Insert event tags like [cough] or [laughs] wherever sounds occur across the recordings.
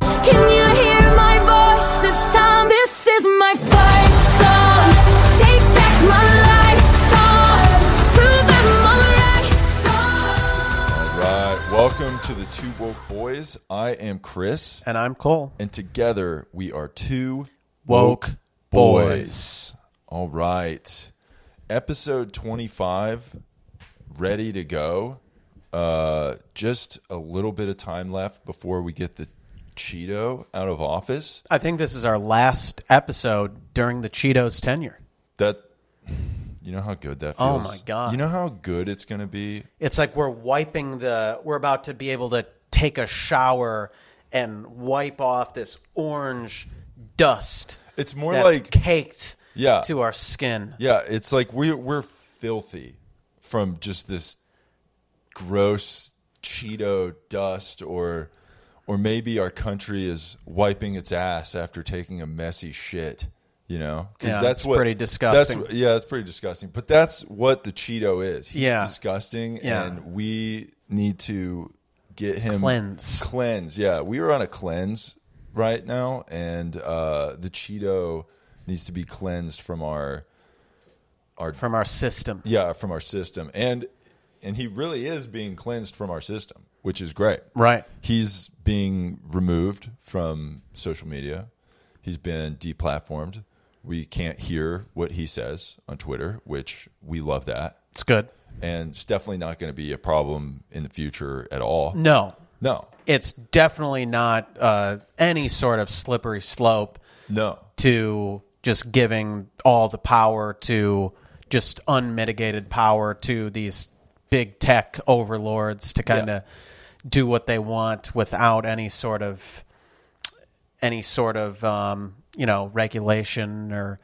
Can you hear my voice this time? This is my fight song. Take back my life song. Prove I'm alright song. All right. Welcome to the Two Woke Boys. I am Chris, And I'm Cole. and together we are two Woke boys. All right. Episode 25, ready to go. Uh, just a little bit of time left before we get the Cheeto out of office. I think this is our last episode during the Cheetos tenure. That. You know how good that Oh feels. my God. You know how good it's going to be It's like we're wiping the, we're about to be able to take a shower and wipe off this orange dust. It's more that's like- caked Yeah. to our skin. Yeah, it's like we're we're filthy from just this gross Cheeto dust, or or maybe our country is wiping its ass after taking a messy shit. You know, 'Cause Yeah, it's pretty that's- disgusting. yeah, it's pretty disgusting. But that's what the Cheeto is. He's Yeah. disgusting, Yeah. and we need to get him Cleanse. Cleanse. Yeah, we are on a cleanse right now, and uh, the Cheeto needs to be cleansed from our From our system. yeah, from our system. And and he really is being cleansed from our system, which is great. Right. He's being removed from social media. He's been deplatformed. We can't hear what he says on Twitter, which we love that. It's good. And it's definitely not going to be a problem in the future at all. No, No. it's definitely not uh, any sort of slippery slope. No. to just giving all the power to just unmitigated power to these big tech overlords to kind of do what they want without any sort of any sort of um, you know regulation or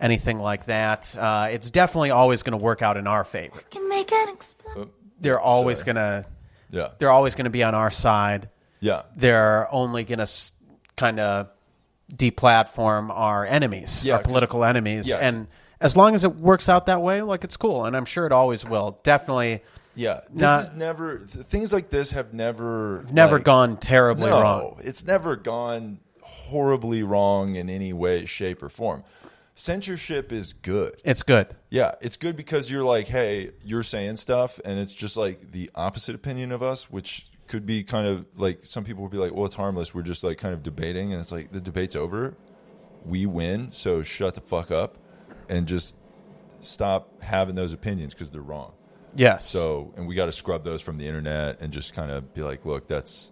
anything like that. Uh, it's definitely always going to work out in our favor. Can make an explosion. They're always going to Yeah. they're always going to be on our side Yeah. they're only going to kind of deplatform our enemies, Yeah, our 'cause- political enemies. yeah. And as long as it works out that way, like it's cool. And I'm sure it always will. Definitely Yeah. This Not- is never th- things like this have never never like- gone terribly no, wrong. It's never gone horribly wrong in any way, shape, or form. Censorship is good. It's good. Yeah, it's good because you're like, hey, you're saying stuff, and it's just like the opposite opinion of us, which could be kind of like some people would be like, well, it's harmless. We're just like kind of debating, and it's like the debate's over. We win, so shut the fuck up and just stop having those opinions because they're wrong. Yes. So, and we got to scrub those from the internet and just kind of be like, look, that's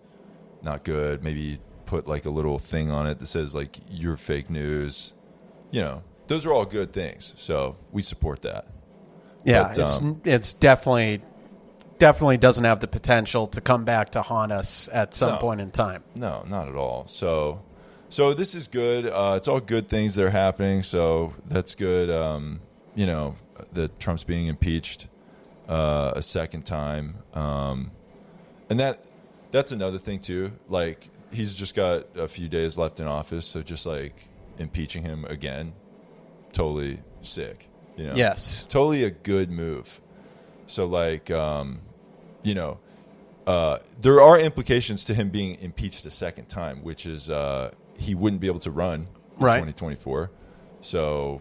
not good. Maybe put like a little thing on it that says like you're fake news. You know, those are all good things. So we support that. yeah, but, it's um, it's definitely definitely doesn't have the potential to come back to haunt us at some No. point in time. No, not at all. So, so this is good. Uh, it's all good things that are happening. So that's good. Um, you know, that Trump's being impeached uh, a second time, um, and that that's another thing too. Like he's just got a few days left in office, so just like impeaching him again, totally sick. You know, Yes. totally a good move. So like, um, you know, uh, there are implications to him being impeached a second time, which is uh, he wouldn't be able to run in Right. 2024. So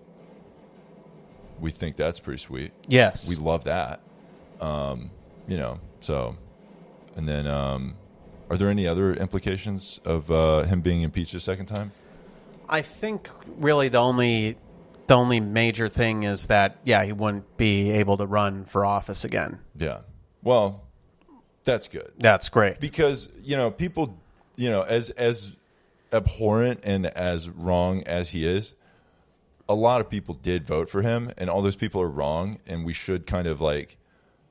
we think that's pretty sweet. Yes. We love that. Um, you know, so and then um, are there any other implications of uh, him being impeached a second time? I think really the only the only major thing is that yeah, he wouldn't be able to run for office again. Yeah. Well, that's good. That's great. because you know people you know as as abhorrent and as wrong as he is a lot of people did vote for him and all those people are wrong and we should kind of like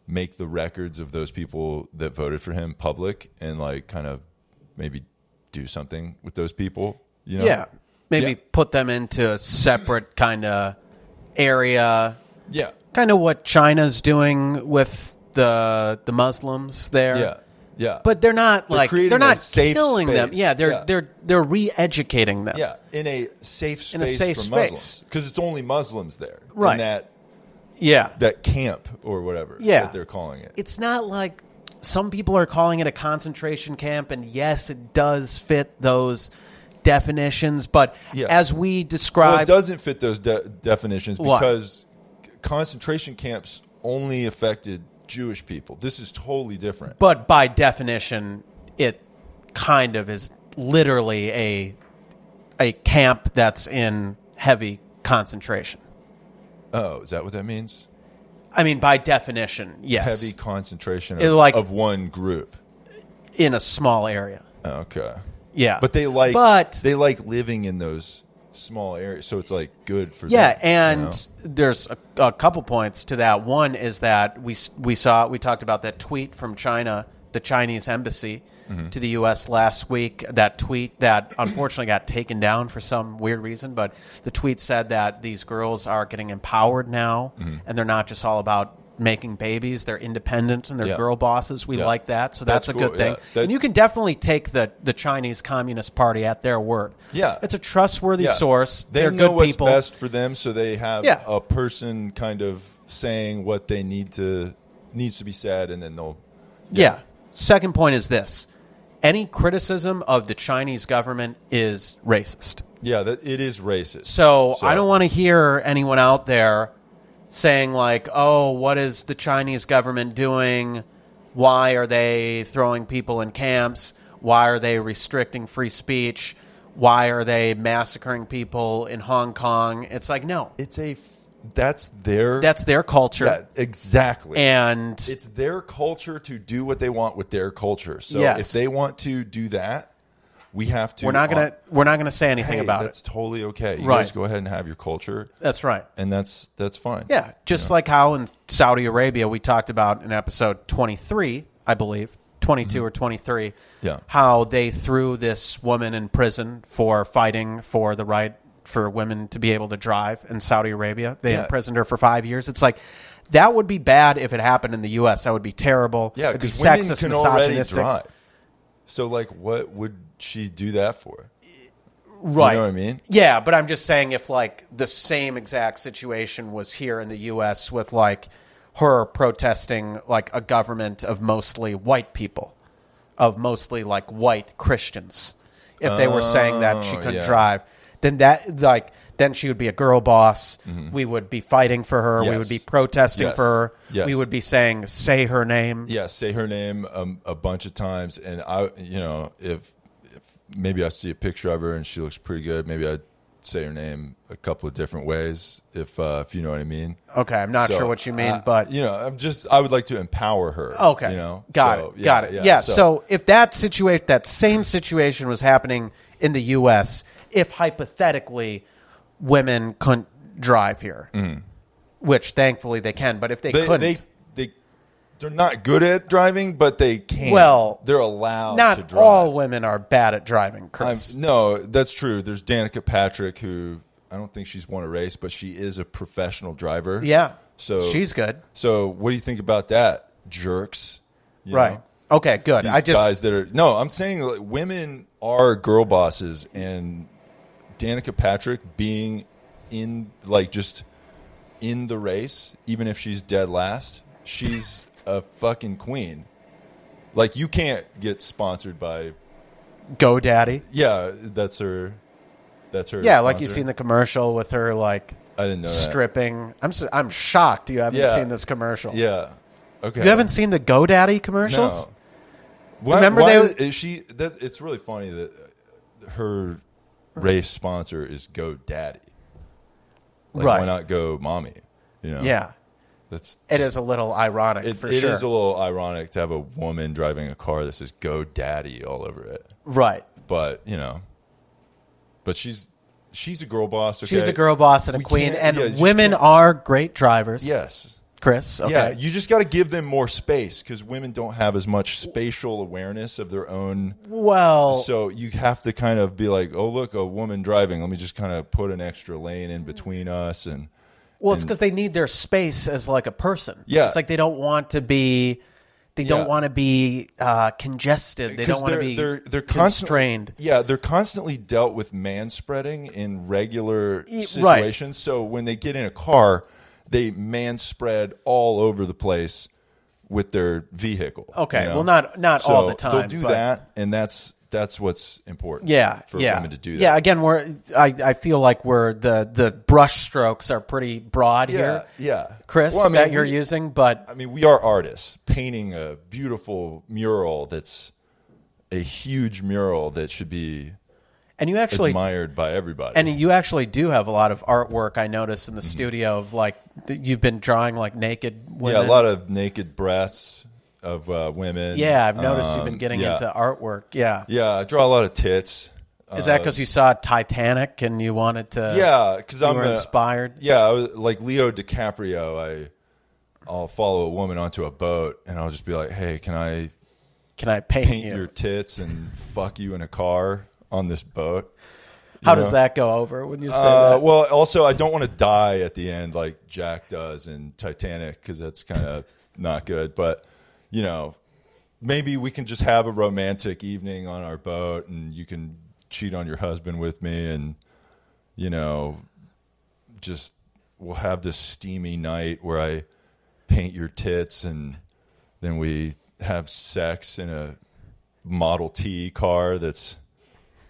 make the records of those people that voted for him public and like kind of maybe do something with those people you know yeah. Maybe Yeah. put them into a separate kind of area, yeah kind of what China's doing with the the Muslims there. yeah yeah But they're not like creating they're a not safe killing them. space. Yeah, they're Yeah. they're they're re-educating them. yeah in a safe space In a safe for space. muslims because it's only muslims there in Right. that Yeah. that camp or whatever Yeah. that they're calling it It's not like some people are calling it a concentration camp, and yes, it does fit those definitions. But Yeah. as we Well, it described, doesn't fit those de- definitions Why? because c- concentration camps only affected Jewish people. This is totally different. but by definition, it kind of is literally a a camp that's in heavy concentration. oh, is that what that means? I mean, by definition, yes, Heavy concentration It of, like- of one group. in a small area. Okay. Yeah, But they like but they like living in those small areas, so it's like good for Yeah, them. you know? and there's a, a couple points to that. One is that we s- we saw we talked about that tweet from China, the Chinese embassy Mm-hmm. to the U.S. last week. That tweet [clears throat] that unfortunately got taken down for some weird reason, but the tweet said that these girls are getting empowered now, Mm-hmm. and they're not just all about making babies. They're independent and they're Yeah. girl bosses. We Yeah. like that, so that's, That's a cool, good thing. yeah. That- and you can definitely take the the Chinese Communist Party at their word. Yeah. it's a trustworthy Yeah. source. They are know good what's people. best for them, so they have Yeah. a person kind of saying what they need to needs to be said, and then they'll Yeah. Second point is this any criticism of the Chinese government is racist. yeah, that, it is racist. So, So- I don't want to hear anyone out there saying, like, oh, what is the Chinese government doing? Why are they throwing people in camps? Why are they restricting free speech? Why are they massacring people in Hong Kong? It's like, no, it's a f- that's their that's their culture. that, exactly And it's their culture to do what they want with their culture. So Yes. if they want to do that, we have to. we're not gonna we're not gonna say anything Hey, about that's it. totally okay. You Right. guys go ahead and have your culture, That's right. and that's that's fine. Yeah, just like how in Saudi Arabia we talked about in episode 23, I believe, 22 or 23, Mm-hmm. Yeah. how they threw this woman in prison for fighting for the right for women to be able to drive in Saudi Arabia. They Yeah. imprisoned her for 5 years. It's like that would be bad if it happened in the US. That would be terrible. yeah, It'd be because women sexist, can already misogynistic. drive. So like, what would she do that for? Right. You know what I mean? Yeah, but I'm just saying if like the same exact situation was here in the US with like her protesting like a government of mostly white people, of mostly like white Christians. If they were saying that she Oh, couldn't yeah. drive, then that like then she would be a girl boss. We would be fighting for her. We Mm-hmm. Yes. would be protesting Yes. for her. Yes. We would be saying say her name. yeah, say her name um, a bunch of times, and I, you know, if, if maybe I see a picture of her and she looks pretty good, maybe I'd say her name a couple of different ways, if uh, if you know what I mean. Okay, I'm not So, sure what you mean, uh, but you know, I'm just I would like to empower her. Okay. you know, got So, it. got it. Yeah. so. if that situation, that same situation was happening in the U.S., if hypothetically women couldn't drive here, which thankfully they can, but if they, Mm-hmm. they, couldn't, they they they're not good at driving, but they can. Well, they're allowed. to not drive. all women are bad at driving, I'm- Chris. no, that's true. There's Danica Patrick, who I don't think she's won a race, but she is a professional driver. yeah. So she's good. So what do you think about that, jerks? You Right. know? Okay, good. These I just, guys that are no, I'm saying like, women are girl bosses, and Danica Patrick being in like just in the race, even if she's dead last, she's a fucking queen. Like you can't get sponsored by GoDaddy. yeah, that's her. That's her. Yeah, like you see sponsor. in the commercial with her, like, I didn't know that. stripping. I'm, so, I'm shocked you haven't Yeah. seen this commercial. Yeah. Okay. You haven't seen the GoDaddy commercials? No. Why, Remember Remember why they- is she that it's really funny that uh, her race sponsor is GoDaddy. Like, Right. Why not go mommy? You know. Yeah. That's It is a little ironic Oh. it, for it sure. is a little ironic to have a woman driving a car that says GoDaddy all over it. right. But, you know. But she's she's a girl boss. Okay? She's a girl boss and a We queen, can't- and yeah, you just women can't- are great drivers. Yes. Chris. Okay. Yeah, you just got to give them more space because women don't have as much spatial awareness of their own. well, So you have to kind of be like, oh, look, a woman driving. Let me just kind of put an extra lane in between us. And well, it's because they need their space as like a person. Yeah. It's like they don't want to be. They Yeah. don't want to be uh, congested. They 'cause don't want to be they're, they're constantly- constrained. Yeah, they're constantly dealt with man spreading in regular Y- right. situations. So when they get in a car, they man spread all over the place with their vehicle. Okay, you know? well, not not all So the time. They'll do but- that, and that's that's what's important. Yeah, for yeah. women to do that. Yeah, again, we're I, I feel like we're the the brush strokes are pretty broad yeah, here, yeah. Chris, Well, I mean, that you're we- using, but I mean, we are artists painting a beautiful mural that's a huge mural that should be and you actually admired by everybody. and you actually do have a lot of artwork I notice in the studio of like th- you've been drawing like naked women. Mm-hmm. yeah, a lot of naked breasts of uh, women. Yeah, I've noticed you've Um, been getting yeah. into artwork. Yeah. Yeah, I draw a lot of tits. Uh, Is that because you saw Titanic and you wanted to? Yeah, because you I'm were a- inspired. Yeah, I was, like Leo DiCaprio, I I'll follow a woman onto a boat and I'll just be like, "Hey, can I Can I paint, paint you? your tits and fuck you in a car on this boat?" How you does know? that go over when you say Uh, that? well, also, I don't want to die at the end like Jack does in Titanic because that's kind of not good. But you know, maybe we can just have a romantic evening on our boat, and you can cheat on your husband with me, and you know, just we'll have this steamy night where I paint your tits, and then we have sex in a Model T car that's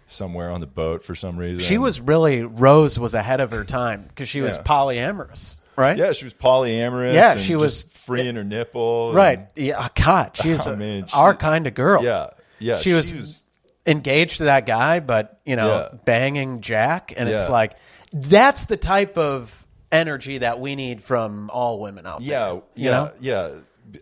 somewhere on the boat for some reason. She was really Rose was ahead of her time because she was Yeah. polyamorous, right? Yeah, she was polyamorous. Yeah, and she just was- freeing her nipple. and- Right. Yeah. God, [laughs] she's I a- mean, she- our kind of girl. yeah, yeah. She was, engaged to that guy, but you know, Yeah. banging Jack, and it's Yeah. like that's the type of energy that we need from all women out yeah, there. yeah, You know? yeah.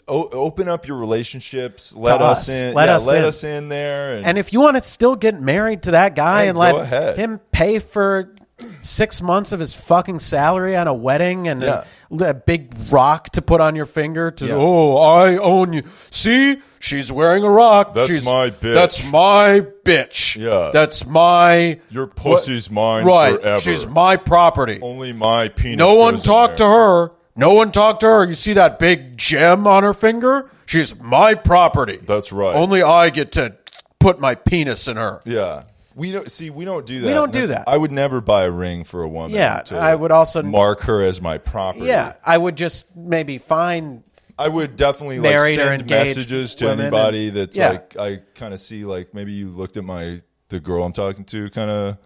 O- open up your relationships. Let To us, us. in. Let yeah, us let in. us in there. And, And if you want to still get married to that guy Hey, and let go ahead. him pay for six months of his fucking salary on a wedding and a- a, big rock to put on your finger to Yeah. oh I own you. See, she's wearing a rock. That's She's- my bitch." That's my bitch. Yeah. That's my Your pussy's mine Right. forever. She's my property. only my penis. No one goes in talked to there. her. No one talked to her. You see that big gem on her finger? She's my property. That's right. Only I get to put my penis in her. Yeah. We don't see. We don't do that. don't do that. I would never buy a ring for a woman. Yeah, to I would also- mark her as my property. Yeah, I would just maybe find. I would definitely like Married or send engaged messages to women anybody and- that's yeah. like I kind of see like maybe you looked at my the girl I'm talking to kind of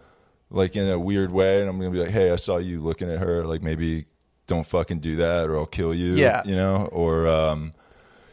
like in a weird way, and I'm gonna be like, hey, I saw you looking at her. Like maybe don't fucking do that, or I'll kill you. Yeah. you know, or um,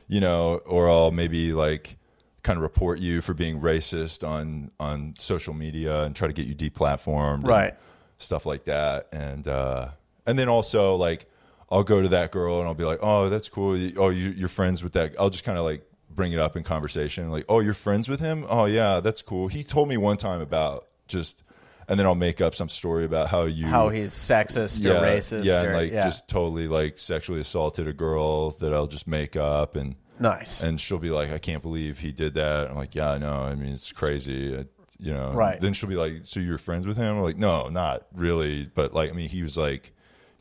you know, or I'll maybe like kind of report you for being racist on on social media and try to get you deplatformed, and Right. Stuff like that, and uh, and then also like I'll go to that girl and I'll be like, oh, that's cool. You- Oh, you, you're friends with that. I'll just kind of like bring it up in conversation, like, oh, you're friends with him. Oh yeah, that's cool. He told me one time about just, and then I'll make up some story about how you How he's sexist or racist. yeah, or, and like yeah. just totally like sexually assaulted a girl that I'll just make up and nice. and she'll be like, I can't believe he did that. I'm like, yeah, I know. I mean, it's crazy. I, you know, Right. Then she'll be like, so you're friends with him? I'm like, no, not really. But like, I mean, he was like,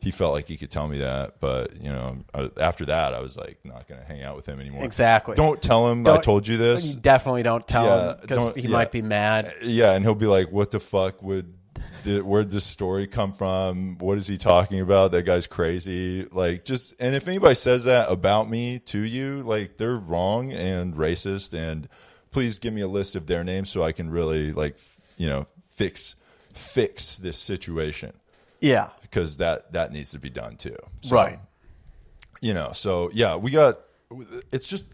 he felt like he could tell me that. But, you know, I, after that, I was like, not going to hang out with him anymore. Exactly. Don't tell him I Don't- told you you this. definitely don't tell Yeah, him because don't- he yeah. might be mad. Yeah. And he'll be like, what the fuck would, did, where'd this story come from? What is he talking about? That guy's crazy. Like, just, and if anybody says that about me to you, like, they're wrong and racist. And please give me a list of their names so I can really, like, f- you know, fix, fix this situation Yeah. because that, that needs to be done too. So, Right. you know so yeah we got it's just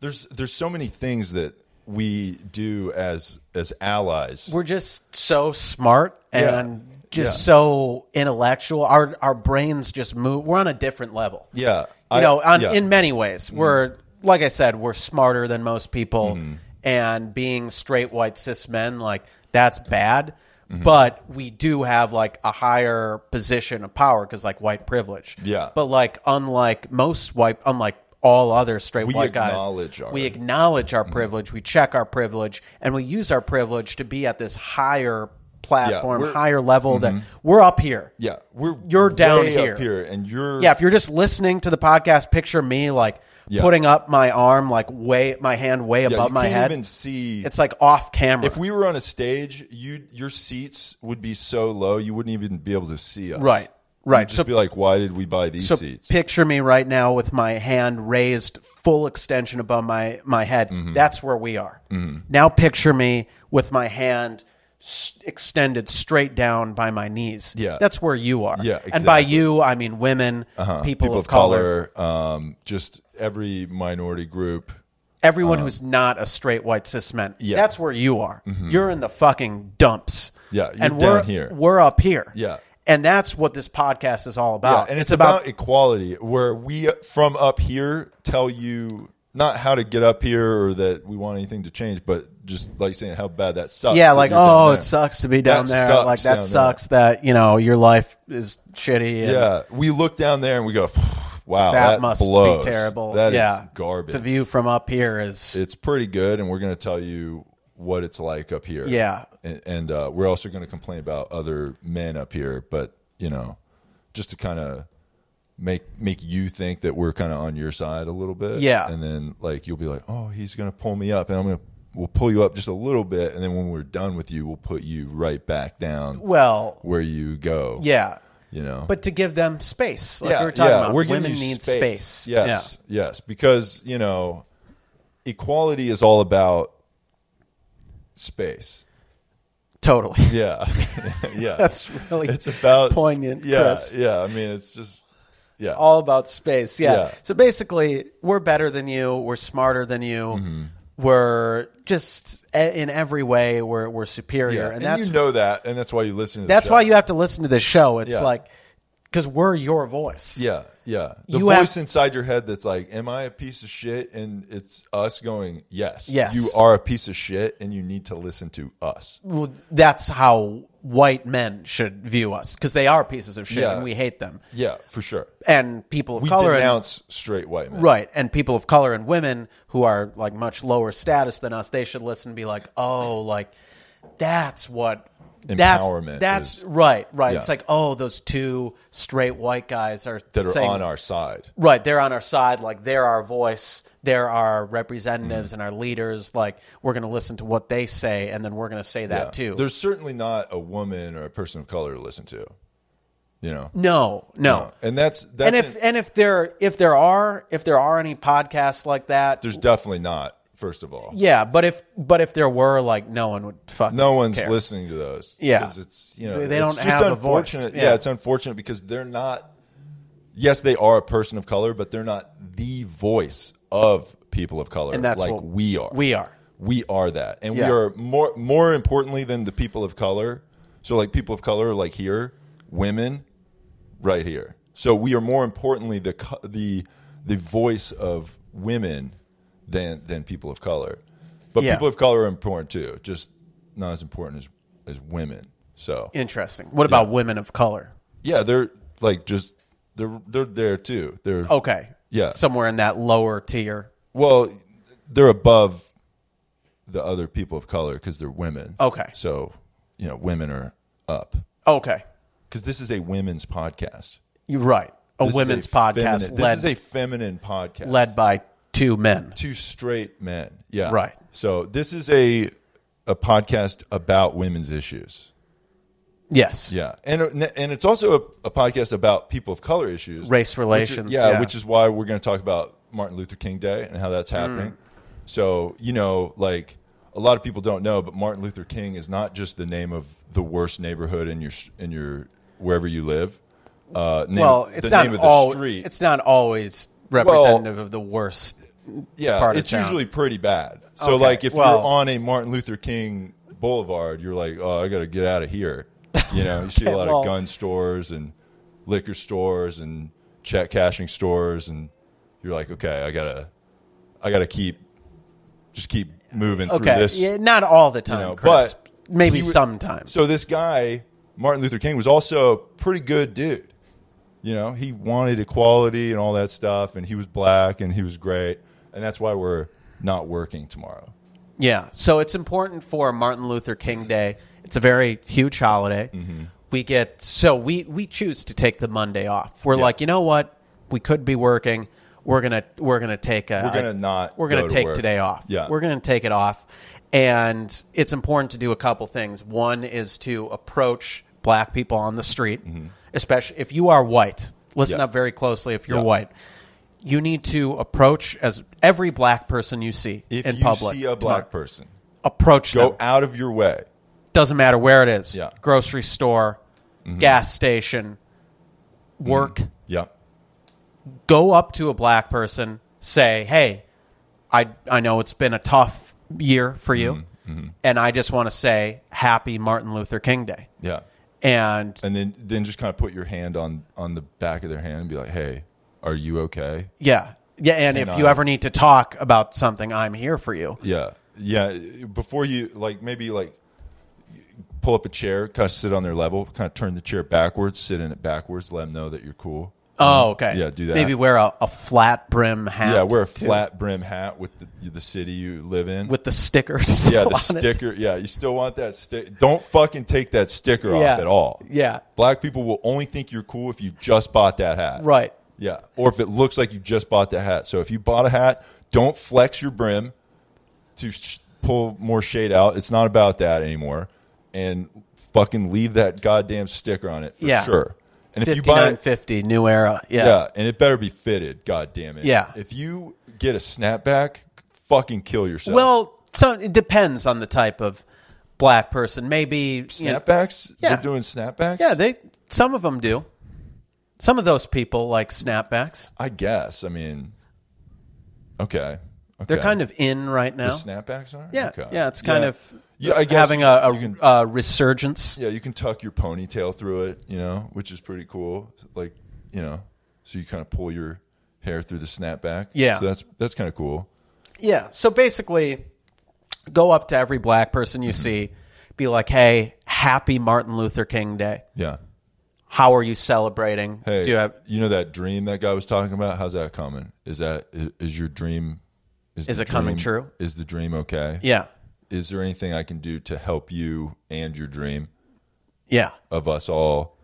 there's there's so many things that we do as as allies We're just so smart and Yeah. just Yeah. so intellectual. Our our brains just move. We're on a different level. yeah you I- know, on, yeah. Mm-hmm. in many ways. We're like I said, we're smarter than most people, and being straight white cis men, like that's bad. Mm-hmm. But we do have like a higher position of power because like white privilege. Yeah. But like unlike most white, unlike all other straight We white guys, acknowledge our- Mm-hmm. we acknowledge our privilege, we check our privilege, and we use our privilege to be at this higher platform, we're- Mm-hmm. higher level that we're up here. yeah we're You're down way here. up here and you're Yeah, if you're just listening to the podcast, picture me like Yeah. putting up my arm, like way my hand way yeah, above you my can't head. even see it's like off camera. if we were on a stage you your seats would be so low you wouldn't even be able to see us Right. Right, You'd just so- be like, why did we buy these So seats? picture me right now with my hand raised full extension above my my head. Mm-hmm. That's where we are. Now picture me with my hand s- extended straight down by my knees. Yeah. That's where you are. Yeah, And by exactly. Uh-huh. you, I mean women, people, People of color, um, just every minority group. everyone who's not a straight white cis man. Um, Yeah. Mm-hmm. That's where you are. You're in the fucking dumps. Yeah, you're and we're down here. We're up here. Yeah. And that's what this podcast is all Yeah, about. and it's, about, equality, where we uh, from up here tell you not how to get up here or that we want anything to change, but just like saying how bad that sucks. Yeah, that like you're down oh, there." it sucks to be down That there. sucks like that down there. sucks that you know your life is shitty. And Yeah, we look down there and we go, wow, that, that, must blows. be terrible. That is yeah, garbage. The view from up here is it's pretty good, and we're going to tell you what it's like up here. Yeah. and, and uh, we're also going to complain about other men up here, but you know, just to kind of make make you think that we're kind of on your side a little bit. Yeah. and then like you'll be like, oh, he's going to pull me up, and I'm going to we'll pull you up just a little bit, and then when we're done with you, we'll put you right back down well, where you go. yeah. you know, But to give them space, like we were talking about, giving women you need space. Yes, yes, because you know, equality is all about space. Yeah, totally. [laughs] Yeah, [laughs] yeah. That's really it's about poignant, Yeah, Chris. yeah. I mean, it's just yeah, all about space. Yeah. Yeah. So basically, we're better than you. We're smarter than you. Mm-hmm. We're just e- in every way we're we're superior, yeah. and, And, that's you know that, and that's why you listen. to the that's show. why you have to listen to this show. It's Yeah. like because we're your voice. Yeah, yeah. The You have- voice inside your head that's like, "Am I a piece of shit?" And it's us going, "Yes, Yes. Mm. you are a piece of shit, and you need to listen to us." Well, that's how white men should view us because they are pieces of shit Yeah. and we hate them. Yeah, for sure. And people of We color and denounce straight white men. right and people of color and women who are like much lower status than us, they should listen and be like, oh, like that's what that's- Empowerment That's, is- right, right. Yeah. It's like oh, those two straight white guys are that are saying- on our side. Right, they're on our side. Like they're our voice. They're our representatives Mm-hmm. and our leaders. Like we're going to listen to what they say, and then we're going to say that too. There's certainly not a woman or a person of color to listen to. You know. no, no, And that's that's and if and if there if there are if there are any podcasts like that, there's definitely not, first of all. yeah. But if but if there were, like, no one would fuck. No one's care. listening to those. Yeah. 'Cause it's you know They- they it's don't just have a voice. unfortunate. Yeah. Yeah. it's unfortunate because they're not yes, they are a person of color, but they're not the voice of people of color And that's like what we are. We are. we are that and Yeah. we are more more importantly than the people of color so like people of color are like here women right here so we are more importantly the co- the the voice of women than than people of color but Yeah. people of color are important too just not as important as as women so Interesting. What about women of color? yeah they're like just they're they're there too they're Okay. Yeah. Somewhere in that lower tier. Well, they're above the other people of color because they're women. Okay. So, you know, women are up Okay. because this is a women's podcast. You're right. A This is women's feminine- podcast This led is a feminine podcast led by two men. two straight men. Yeah. Right. So this is a a podcast about women's issues. Yes. Yeah, and and it's also a, a podcast about people of color issues, Race which- relations, yeah, yeah. which is why we're going to talk about Martin Luther King Day and how that's happening. Mm. So you know, like a lot of people don't know, but Martin Luther King is not just the name of the worst neighborhood in your in your wherever you live. Uh, name, Well, it's the not name of the all. street. It's not always representative of the worst. yeah, part of it's town. usually pretty bad. So Okay, like if well- you're on a Martin Luther King Boulevard, you're like, oh, I got to get out of [laughs] here. You know, you see a lot well- of gun stores and liquor stores and check cashing stores, and you're like, okay, I gotta, I gotta keep, just keep moving Okay. through this. yeah, not all the time, know, Chris. but Maybe he wa- sometimes. So this guy, Martin Luther King, was also a pretty good dude. You know, he wanted equality and all that stuff, and he was black and he was great, and that's why we're not working tomorrow. Yeah. So it's important for Martin Luther King Day. It's a very huge holiday. Mm-hmm. We get so we we choose to take the Monday off. We're like, you know what? We could be working. We're gonna we're gonna take a We're gonna not we're gonna go to take work. today off. Yeah. We're gonna take it off. And it's important to do a couple things. One is to approach black people on the street especially if you are white. Listen Mm-hmm. Yeah. up very closely if you're Yeah. white. You need to approach as every black person you see If in you public. see a tomorrow. black person, approach go them. out of your way. Doesn't matter where it is. Yeah. Mm-hmm. Grocery store, gas station, work. Yeah. Go up to a black person, say, "Hey, I I know it's been a tough year for Mm-hmm. you, and I just want to say happy Martin Luther King Day." Yeah. And And then then just kind of put your hand on on the back of their hand and be like, "Hey, are you okay?" yeah. Yeah, and if Can you I- Mm-hmm. ever need to talk about something, I'm here for you. Yeah. Yeah, before you like maybe like pull up a chair, kind of sit on their level, kind of turn the chair backwards, sit in it backwards, let them know that you're cool. Oh, okay. Yeah, do that. Maybe wear a, a flat brim hat. Yeah, wear a too, flat brim hat with the, the city you live in. with the stickers. [laughs] yeah, the on it. sticker. Yeah, you still want that stick. Don't fucking take that sticker Yeah. off at all. Yeah. Black people will only think you're cool if you just bought that hat. Right. Yeah. Or if it looks like you just bought the hat. So if you bought a hat, don't flex your brim to sh- pull more shade out. It's not about that anymore. And fucking leave that goddamn sticker on it for Yeah. sure. And if you buy it, 5950 new era. Yeah. yeah, and it better be fitted. God damn it. Yeah. If you get a snapback, fucking kill yourself. Well, so it depends on the type of black person. Maybe you know- snapbacks. Yeah. They're doing snapbacks. yeah, they some of them do. Some of those people like snapbacks. I guess. I mean, okay. okay. They're kind of in right now. The snapbacks are. yeah. Okay. Yeah, it's kind Yeah. of Yeah, I guess having you- a, a, you can- a resurgence. yeah, you can tuck your ponytail through it, you know, which is pretty cool. Like, you know, so you kind of pull your hair through the snapback. Yeah. so that's that's kind of cool. Yeah. So basically, go up to every black person Mm-hmm. you see, be like, "Hey, happy Martin Luther King Day. Yeah. How are you celebrating? Hey, Do you have you know that dream that guy was talking about? How's that coming? Is that is, is your dream? Is the it coming dream- true? Is the dream okay? yeah, Is there anything I can do to help you and your dream yeah, of us all?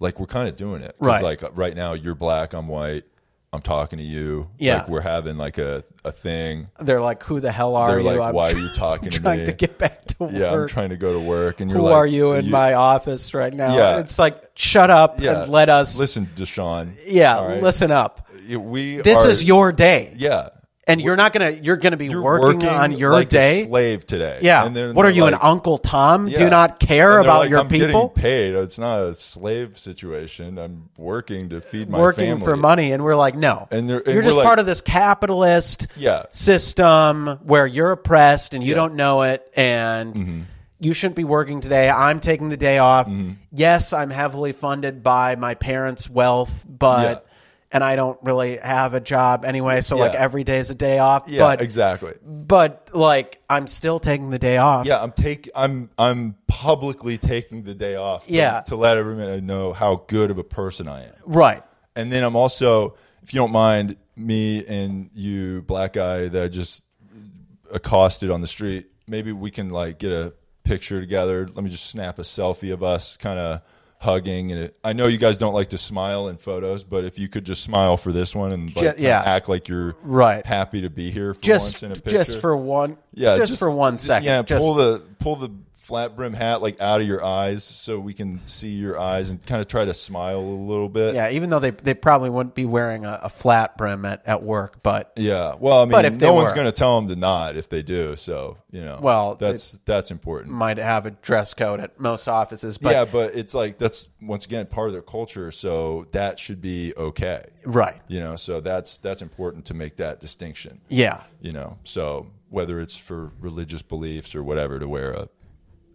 Like we're kind of doing it, 'Cause, Right. Like uh, right now, you're black, I'm white, I'm talking to you. Yeah. like we're having like a a thing. They're like, "Who the hell are They're you? like, [laughs] I'm why are you talking to trying me? to get back to work. yeah, I'm trying to go to work, and you're Who like, are you [laughs] in my office right now? Yeah. It's like, shut up and let us. listen, Deshaun. yeah, all right? listen up. We This are- is your day, yeah. and you're not gonna. You're gonna be You're working, on your like a day. slave today. yeah. And then what are they're you, like- an Uncle Tom? Do Yeah. you not And care they're about like, your I'm people? Getting paid. It's not a slave situation. I'm working to feed my working family. for money and we're like no And they're- and you're we're just like- part of this capitalist Yeah. system where you're oppressed and you Yeah. Mm-hmm. don't know it and you shouldn't be working today i'm taking the day off yes i'm heavily funded by my parents wealth but Yeah. and i don't really have a job anyway so like Yeah. every day is a day off Yeah, but exactly. but like i'm still taking the day off Yeah, I'm take. I'm I'm publicly taking the day off. To, Yeah. to let everyone know how good of a person I am. right And then I'm also, if you don't mind, me and you, black guy that I just accosted on the street, maybe we can like get a picture together. Let me just snap a selfie of us kind of hugging. And it, I know you guys don't like to smile in photos, but if you could just smile for this one and like, Ju- kinda yeah. act like you're Right. happy to be here for just once in a picture. just for one yeah, just, for one second Yeah, just, pull the pull the flat brim hat like out of your eyes so we can see your eyes and kind of try to smile a little bit. Yeah, even though they they probably wouldn't be wearing a, a flat brim at, at work, but Yeah. Well, I mean, But if they no one's were. going to tell them to not if they do. So you know, Well, that's that's important. might have a dress code at most offices. But yeah, but it's like that's once again part of their culture, so that should be okay. right, You know, so that's that's important to make that distinction. yeah, You know, so whether it's for religious beliefs or whatever, to wear a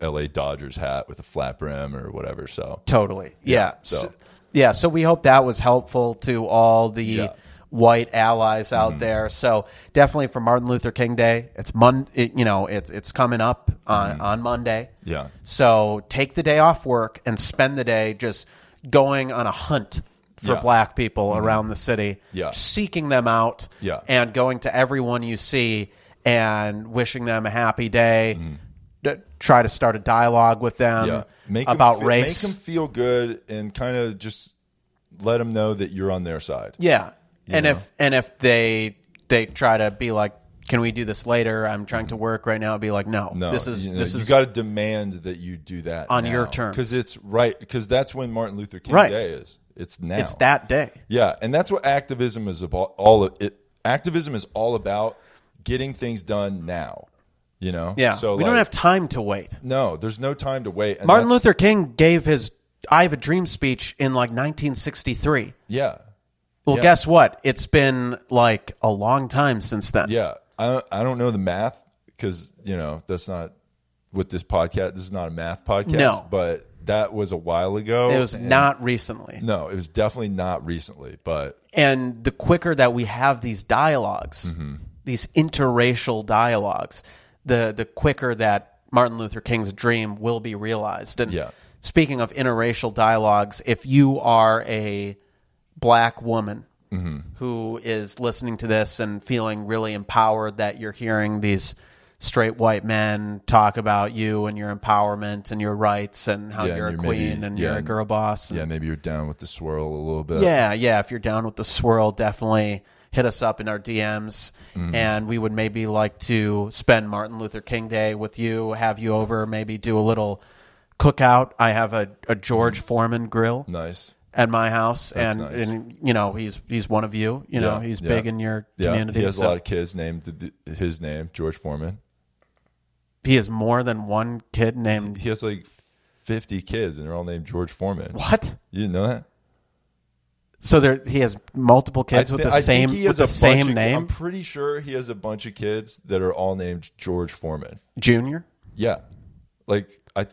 L.A. Dodgers hat with a flat brim or whatever. So totally, yeah, so- So, yeah. So we hope that was helpful to all the Yeah. Mm-hmm. white allies out there. So definitely for Martin Luther King Day, it's Mon, it, you know, it's it's coming up on on Monday. Mm-hmm. Yeah. So take the day off work and spend the day just going on a hunt for Yeah. Mm-hmm. black people around the city, Yeah. seeking them out, Yeah. and going to everyone you see and wishing them a happy day. D- Try to start a dialogue with them Mm-hmm. yeah, make 'em um, about fe- race. make them feel good, and kind of just let them know that you're on their side. yeah, and if and if they they try to be like can we do this later? I'm trying to work right now. It'd be like, no, No, this is you, this is got to demand that you do that On your terms. because it's right because that's when Martin Luther King Right. Day is. It's now. it's that day. Yeah, and that's what activism is about. All of it, activism is all about getting things done now. You know. Yeah, So we like, don't have time to wait. No, there's no time to wait. And Martin that's- Luther King gave his "I Have a Dream" speech in like 1963. Yeah, Well, Yeah. guess what? It's been like a long time since then. yeah. I I don't know the math because you know that's not with this podcast. This is not a math podcast. No. but that was a while ago. it was and- not recently. No, it was definitely not recently. But and the quicker that we have these dialogs Mm-hmm. these interracial dialogues the the quicker that Martin Luther King's dream will be realized and Yeah. speaking of interracial dialogues if you are a black woman Mm-hmm. who is listening to this and feeling really empowered that you're hearing these straight white men talk about you and your empowerment and your rights and how Yeah, and you're a you're queen maybe- and yeah, you're a and- girl boss and yeah, maybe you're down with the swirl a little bit. yeah, yeah. If you're down with the swirl, definitely hit us up in our DMs, Mm-hmm. and we would maybe like to spend Martin Luther King Day with you, have you over, maybe do a little cookout. I have a, a George Foreman grill nice. at my house, and, Mm-hmm. nice. and you know he's he's one of you. You know Yeah, he's yeah. big in your community. Yeah, he has so- a lot of kids named th- his name, George Foreman. he has more than one kid named He has like 50 kids, and they're all named George Foreman. what? You didn't know that? So there, he has multiple kids with thi- the same think he with has the a bunch same of- I'm name, pretty sure he has a bunch of kids that are all named George Foreman. Junior. Yeah, like I,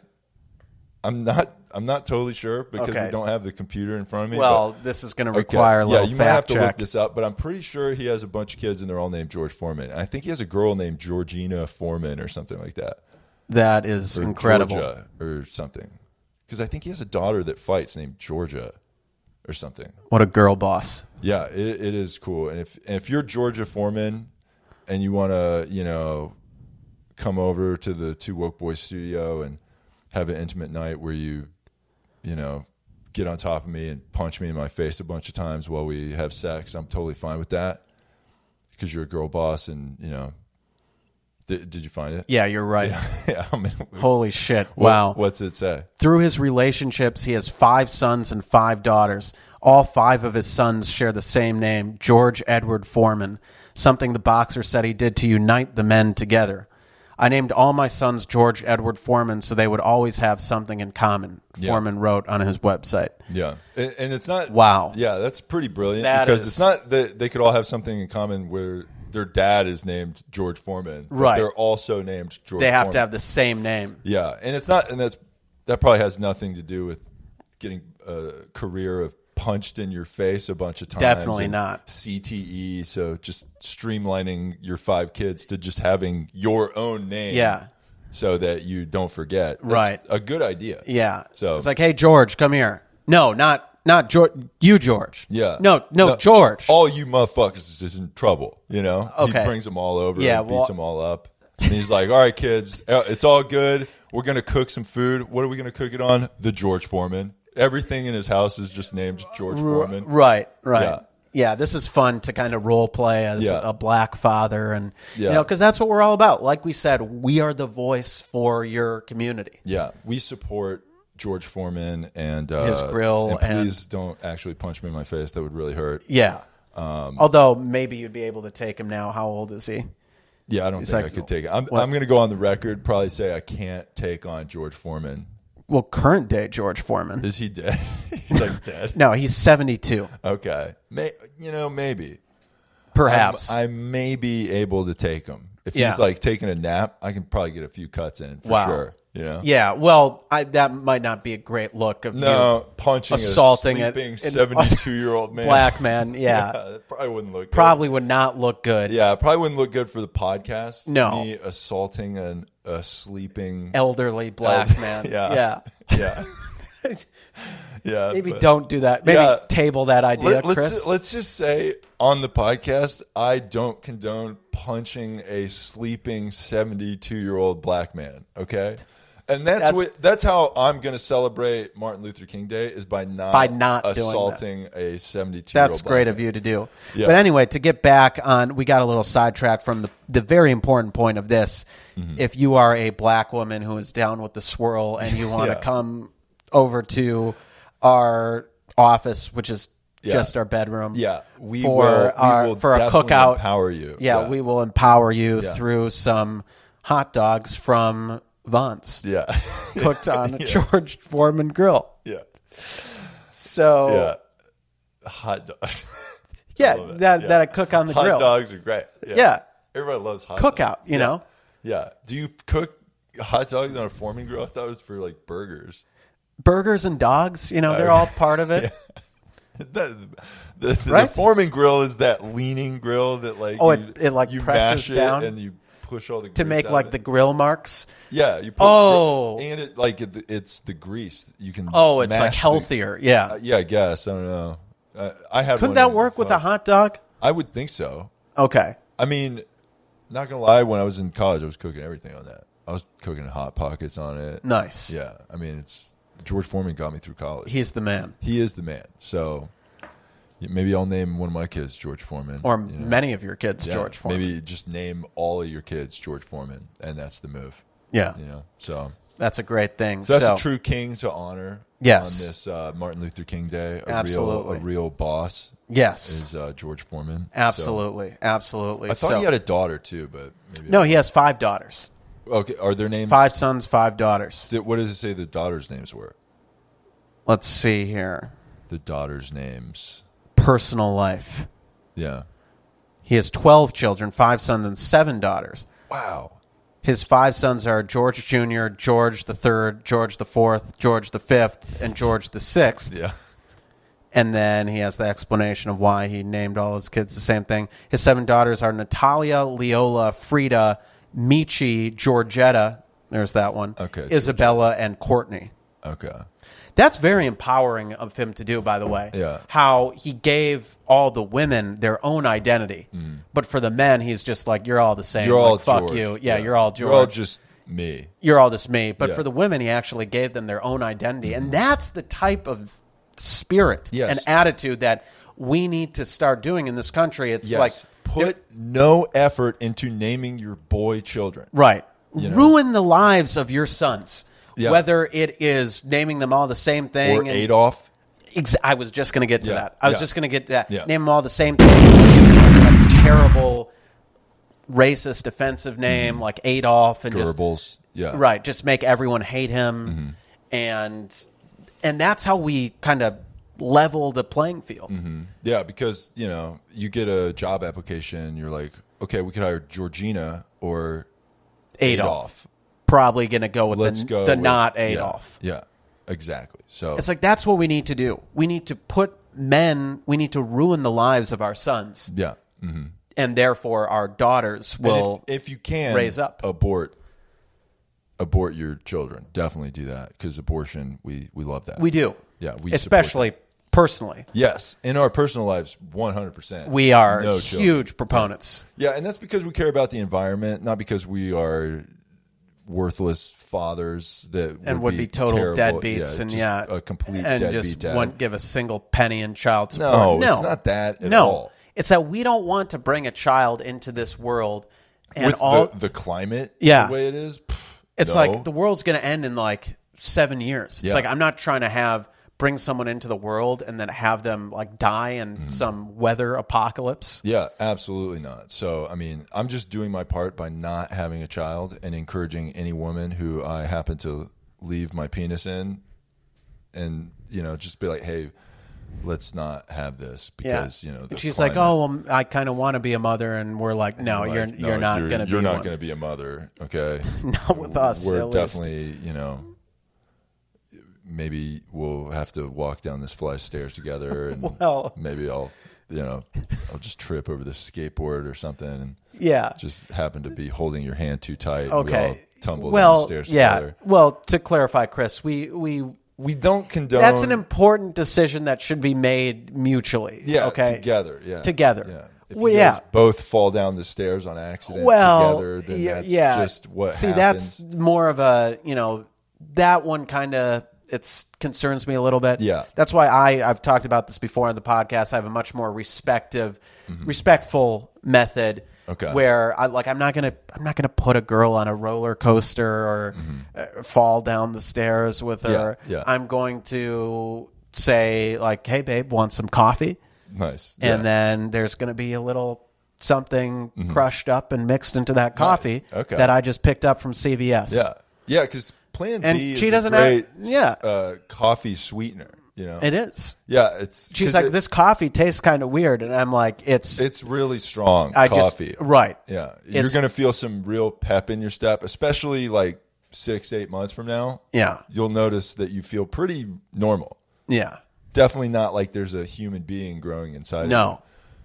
I'm not. I'm not totally sure because Okay. we don't have the computer in front of me. but- Well, this is going to Okay. require a little yeah, you might have fact to check. look this up, but I'm pretty sure he has a bunch of kids and they're all named George Foreman. And I think he has a girl named Georgina Foreman or something like that. that is Or incredible. Georgia or something. Because I think he has a daughter that fights named Georgia or something. What a girl boss. Yeah, it, it is cool. And if and if you're Georgia Foreman and you want to, you know, come over to the Two Woke Boys studio and have an intimate night where you, you know, get on top of me and punch me in my face a bunch of times while we have sex, I'm totally fine with that. Because you're a girl boss, and you know, did, did you find it? [laughs] Yeah, you're right. yeah I mean, [laughs] Holy shit. what- Wow. What's it say? Through his relationships, he has five sons and five daughters. All five of his sons share the same name, George Edward Foreman, something the boxer said he did to unite the men together. I named all my sons George Edward Foreman so they would always have something in common, Yeah. Foreman wrote on his website. Yeah, and, and it's not Wow. Yeah, that's pretty brilliant That because is- it's not that they could all have something in common where their dad is named George Foreman, but Right. They're also named George. They have to Foreman. have the same name. Yeah, and it's not, and that's that probably has nothing to do with getting a career of punched in your face a bunch of times. Definitely and not. CTE. So just streamlining your five kids to just having your own name. Yeah. So that you don't forget. That's Right. A good idea. Yeah. So it's like, hey George, come here. No, not not George. You George. Yeah. No, no, George. All you motherfuckers is in trouble. You know. Okay. He brings them all over. Yeah, Yeah. Beats well- them all up. And he's like, "All right, kids, uh, it's all good. We're gonna cook some food. What are we gonna cook it on? The George Foreman. Everything in his house is just named George Foreman. Right, right. Yeah. Yeah. this is fun to kind of role play as Yeah. a black father, and you Yeah. know, because that's what we're all about. Like we said, we are the voice for your community. Yeah. We support George Foreman and uh, His grill and- And please don't actually punch me in my face. That would really hurt. Yeah. Um, Although maybe you'd be able to take him now. How old is he? Yeah, I don't think like, I could take it. I'm, I'm gonna go on the record. Probably say I can't take on George Foreman. Well, current day George Foreman. Is he dead? [laughs] he's like dead. no, he's seventy-two. Okay. May, you know, maybe. Perhaps. I may be able to take him. If Yeah. he's like taking a nap, I can probably get a few cuts in for Wow. sure. You know? yeah. Well, I, that might not be a great look of No, you punching assaulting a it- sleeping an- 72 year old man. black man. Yeah. that [laughs] probably wouldn't look Probably would not look good. Good. Yeah, it probably wouldn't look good for the podcast. No. Me assaulting an, a sleeping. Elderly [laughs] black man. Yeah. Yeah. [laughs] yeah. yeah. Maybe but- don't do that. Maybe Yeah. table that idea, Let, Chris. us let's just say on the podcast, I don't condone punching a sleeping seventy-two-year-old black man. Okay, and that's That's- what, that's how I'm going to celebrate Martin Luther King Day is by not By not doing that. assaulting a 72 year old. That's great of you to do. Yeah. But anyway, to get back on, we got a little sidetracked from the, the very important point of this. Mm-hmm. If you are a black woman who is down with the swirl and you want [laughs] to Yeah. come over to our office, which is Yeah. just our bedroom, Yeah, we for will- we our will for a definitely cookout, empower you. Yeah, Yeah. we will empower you Yeah. through some hot dogs from Vons Yeah. [laughs] [laughs] cooked on a George Foreman grill. yeah. So Yeah. Hot dogs. [laughs] Yeah, love it. that Yeah. that I cook on the hot grill. dogs are great. Yeah. Everybody loves hot dogs. Cookout, you know. Yeah. Do you cook hot dogs on a forming grill? I thought it was for like burgers. [laughs] Burgers and dogs, you know, they're all part of it. That, the, the, Right? the forming grill is that leaning grill that like Oh, it- it, like, you presses mash it down and you push all the To make like the grill marks. yeah you put Oh. and it like it, it's the grease that you can Oh, it's like mash the- healthier. yeah. Uh, yeah I guess I don't know uh, I have Couldn't that work with a hot dog? I would think so Okay. I mean, not gonna lie, when I was in college, I was cooking everything on that. I was cooking hot pockets on it. Nice. Yeah, I mean, it's George Foreman got me through college. He, He's the man. is the man. So y- maybe I'll name one of my kids George Foreman, Or you know? many of your kids, Yeah, George Foreman. Maybe just name all of your kids George Foreman, and that's the move. yeah. You know, so That's a great thing. so that's so a true king to honor. Yes. on this uh, Martin Luther King Day, a Absolutely. real a real boss Yes. is uh, George Foreman. So- absolutely. Absolutely. I thought so, he had a daughter too, but maybe No, he has five daughters. Okay, are their names Five sons, five daughters. Did, what does it say the daughters' names were? Let's see here. The daughters' names. Personal life. Yeah. He has 12 children, five sons, and seven daughters. Wow. His five sons are George Jr., George the Third, George the Fourth, George the Fifth, and George the Sixth. Yeah. And then he has the explanation of why he named all his kids the same thing. His seven daughters are Natalia, Leola, Frida, Michi, Georgetta. There's that one. Okay, Isabella and Courtney. Okay. That's very empowering of him to do, by the way. Yeah. How he gave all the women their own identity, but for the men, he's just like, "You're all the same. Mm. You're Like, all fuck George. you. Yeah, you're all George. You're all just me. you're all just me. But Yeah. Mm-hmm. for the women, he actually gave them their own identity. And that's the type of spirit Yes. and attitude that we need to start doing in this country. It's like, put no effort into naming your boy children. right, You know? ruin the lives of your sons. Yeah. Whether it is naming them all the same thing, Or and- Adolf. Ex- I was just going to get to Yeah, that. I was yeah. just going to get to that. Yeah. Name them all the same thing. Give them a terrible, racist, offensive name like Adolf and just Goebbels. Mm-hmm. Yeah. Mm-hmm. right just make everyone hate him and and that's how we kind of level the playing field Mm-hmm. Yeah, because you know you get a job application. You're like, okay, we could hire Georgina or adolf, Adolf. probably gonna go with Let's the, go. the with- not yeah, adolf Yeah, exactly. So it's like that's what we need to do we need to put men we need to ruin the lives of our sons yeah. Mhm. and therefore our daughters And will if, if you can raise up. abort abort your children definitely do that because abortion we we love that we do yeah we support especially personally that. yes in our personal lives 100% we are No huge children. proponents yeah and that's because we care about the environment not because we are worthless fathers that and would be, total terrible. deadbeats Yeah, and just yeah a complete and deadbeat just dad. won't give a single penny in child No, support. it's not that at no, all. it's that we don't want to bring a child into this world and with all. the, the climate Yeah. the way it is pff, it's no. like the world's going to end in like seven years. It's Yeah. like I'm not trying to have bring someone into the world and then have them like die in Mm. some weather apocalypse. Yeah, absolutely not. So, I mean, I'm just doing my part by not having a child and encouraging any woman who I happen to leave my penis in and, you know, just be like, hey, let's not have this because, you know, the and she's like, climate- "Oh, well, I kind of want to be a mother," and we're like, "No, like, you're no, you're not going to be You're not one. going to be a mother, okay? [laughs] not with us. We're at least. definitely, you know, maybe we'll have to walk down this flight of stairs together [laughs] and Well- maybe I'll, you know, I'll just trip over the skateboard or something and yeah, just happened to be holding your hand too tight. and okay. We all tumbled well, down the stairs yeah. together. Well, to clarify, Chris, we we We don't condone. that's an important decision that should be made mutually. yeah. okay, Together. Yeah. Together. Yeah. If Well, you guys yeah. both fall down the stairs on accident Well, together, then yeah, that's yeah. just what See, happens. that's more of a you know that one kind of it's concerns me a little bit. Yeah. that's why I I've talked about this before on the podcast. I have a much more respective, respectful method. Mm-hmm. Okay. where I like I'm not gonna I'm not gonna put a girl on a roller coaster or uh, fall down the stairs with her. Mm-hmm. yeah. I'm going to say like, hey babe, want some coffee? Nice. and Yeah. Mm-hmm. then there's going to be a little something crushed up and mixed into that coffee Okay. that I just picked up from CVS. Yeah, yeah, because Plan And B she is doesn't a great have- yeah. uh, coffee sweetener. You know, It is. yeah, it's She's 'cause like, it- this coffee tastes kind of weird, and I'm like, it's It's really strong I just coffee. right. Yeah, you're It's- gonna feel some real pep in your step, especially like six, eight months from now. Yeah. you'll notice that you feel pretty normal. Yeah. Definitely not like there's a human being growing inside. Of you. No.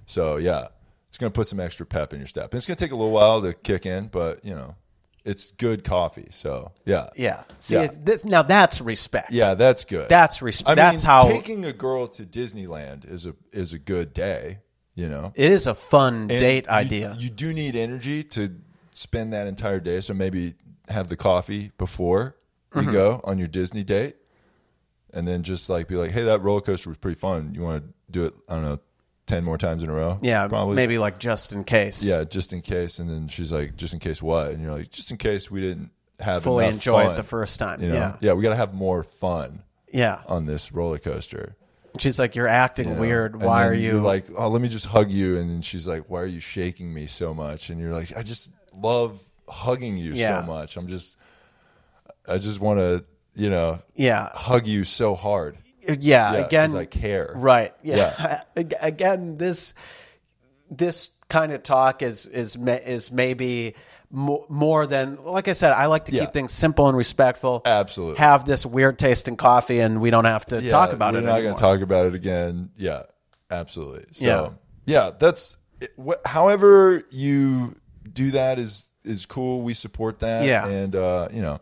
So yeah, it's gonna put some extra pep in your step. And it's gonna take a little while to kick in, but you know, it's good coffee. So yeah, Yeah. See, Yeah. It, this, now that's respect. yeah, that's good. That's respect. I mean, that's how taking a girl to Disneyland is a is a good day. You know, it is a fun And date you- idea. You do need energy to spend that entire day. So maybe have the coffee before Mm-hmm. you go on your Disney date, and then just like be like, "Hey, that roller coaster was pretty fun. You want to do it? I don't know, ten more times in a row? yeah. Maybe like just in case. Yeah, just in case. And then she's like, "Just in case what?" And you're like, "Just in case we didn't have Fully enough enjoy it fun." the first time. You know? Yeah. yeah, we got to have more fun Yeah. on this roller coaster. She's like, you're acting you know? weird. And Why then are you're you like, oh, let me just hug you? And then she's like, why are you shaking me so much? And you're like, I just love hugging you Yeah. so much. I'm just, I just want to, you know, Yeah. hug you so hard. yeah, Yeah, 'cause again I care. right yeah, [laughs] Ag- again this this kind of talk is is ma- is maybe mo- more than like i said i like to Yeah. keep things simple and respectful Absolutely. have this weird taste in coffee and we don't have to Yeah, talk about we're it not anymore. to talk about it again. Yeah, absolutely. So, Yeah. yeah, that's it, wh- however you do that is is cool. We support that. Yeah. and uh, you know,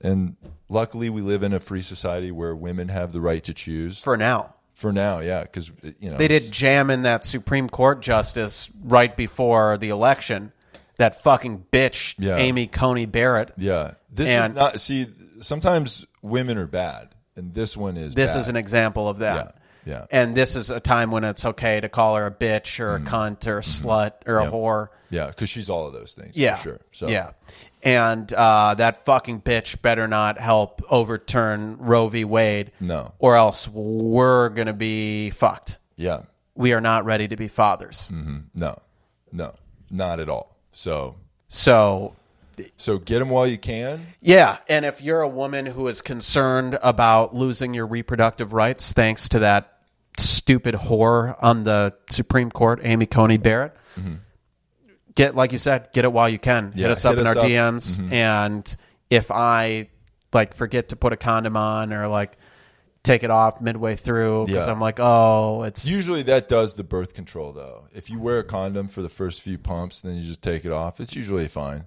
and luckily we live in a free society where women have the right to choose for now For now, yeah, because you know they did jam in that supreme court justice right before the election that fucking bitch Yeah. amy coney barrett Yeah, this And- is not. See, sometimes women are bad, and this one is. this bad. is an example of that. Yeah, yeah. And this is a time when it's okay to call her a bitch or a Mm-hmm. cunt or a slut or a whore. Yeah, because she's all of those things. Yeah. for sure. So Yeah. And uh, that fucking bitch better not help overturn Roe v. Wade. No. Or else we're going to be fucked. yeah, Mm, We are not ready to be fathers. Mm-hmm. no, no, not at all. So So so get them while you can. Yeah, and if you're a woman who is concerned about losing your reproductive rights thanks to that stupid whore on the Supreme Court, Amy Coney Barrett, get like you said, get it while you can. Mm-hmm. Yeah, hit us up hit in us our up. Mm-hmm. DMs, and if I like forget to put a condom on or like take it off midway through because Yeah. I'm like, oh, it's Usually that does the birth control though. If you wear a condom for the first few pumps, then you just take it off. It's usually fine.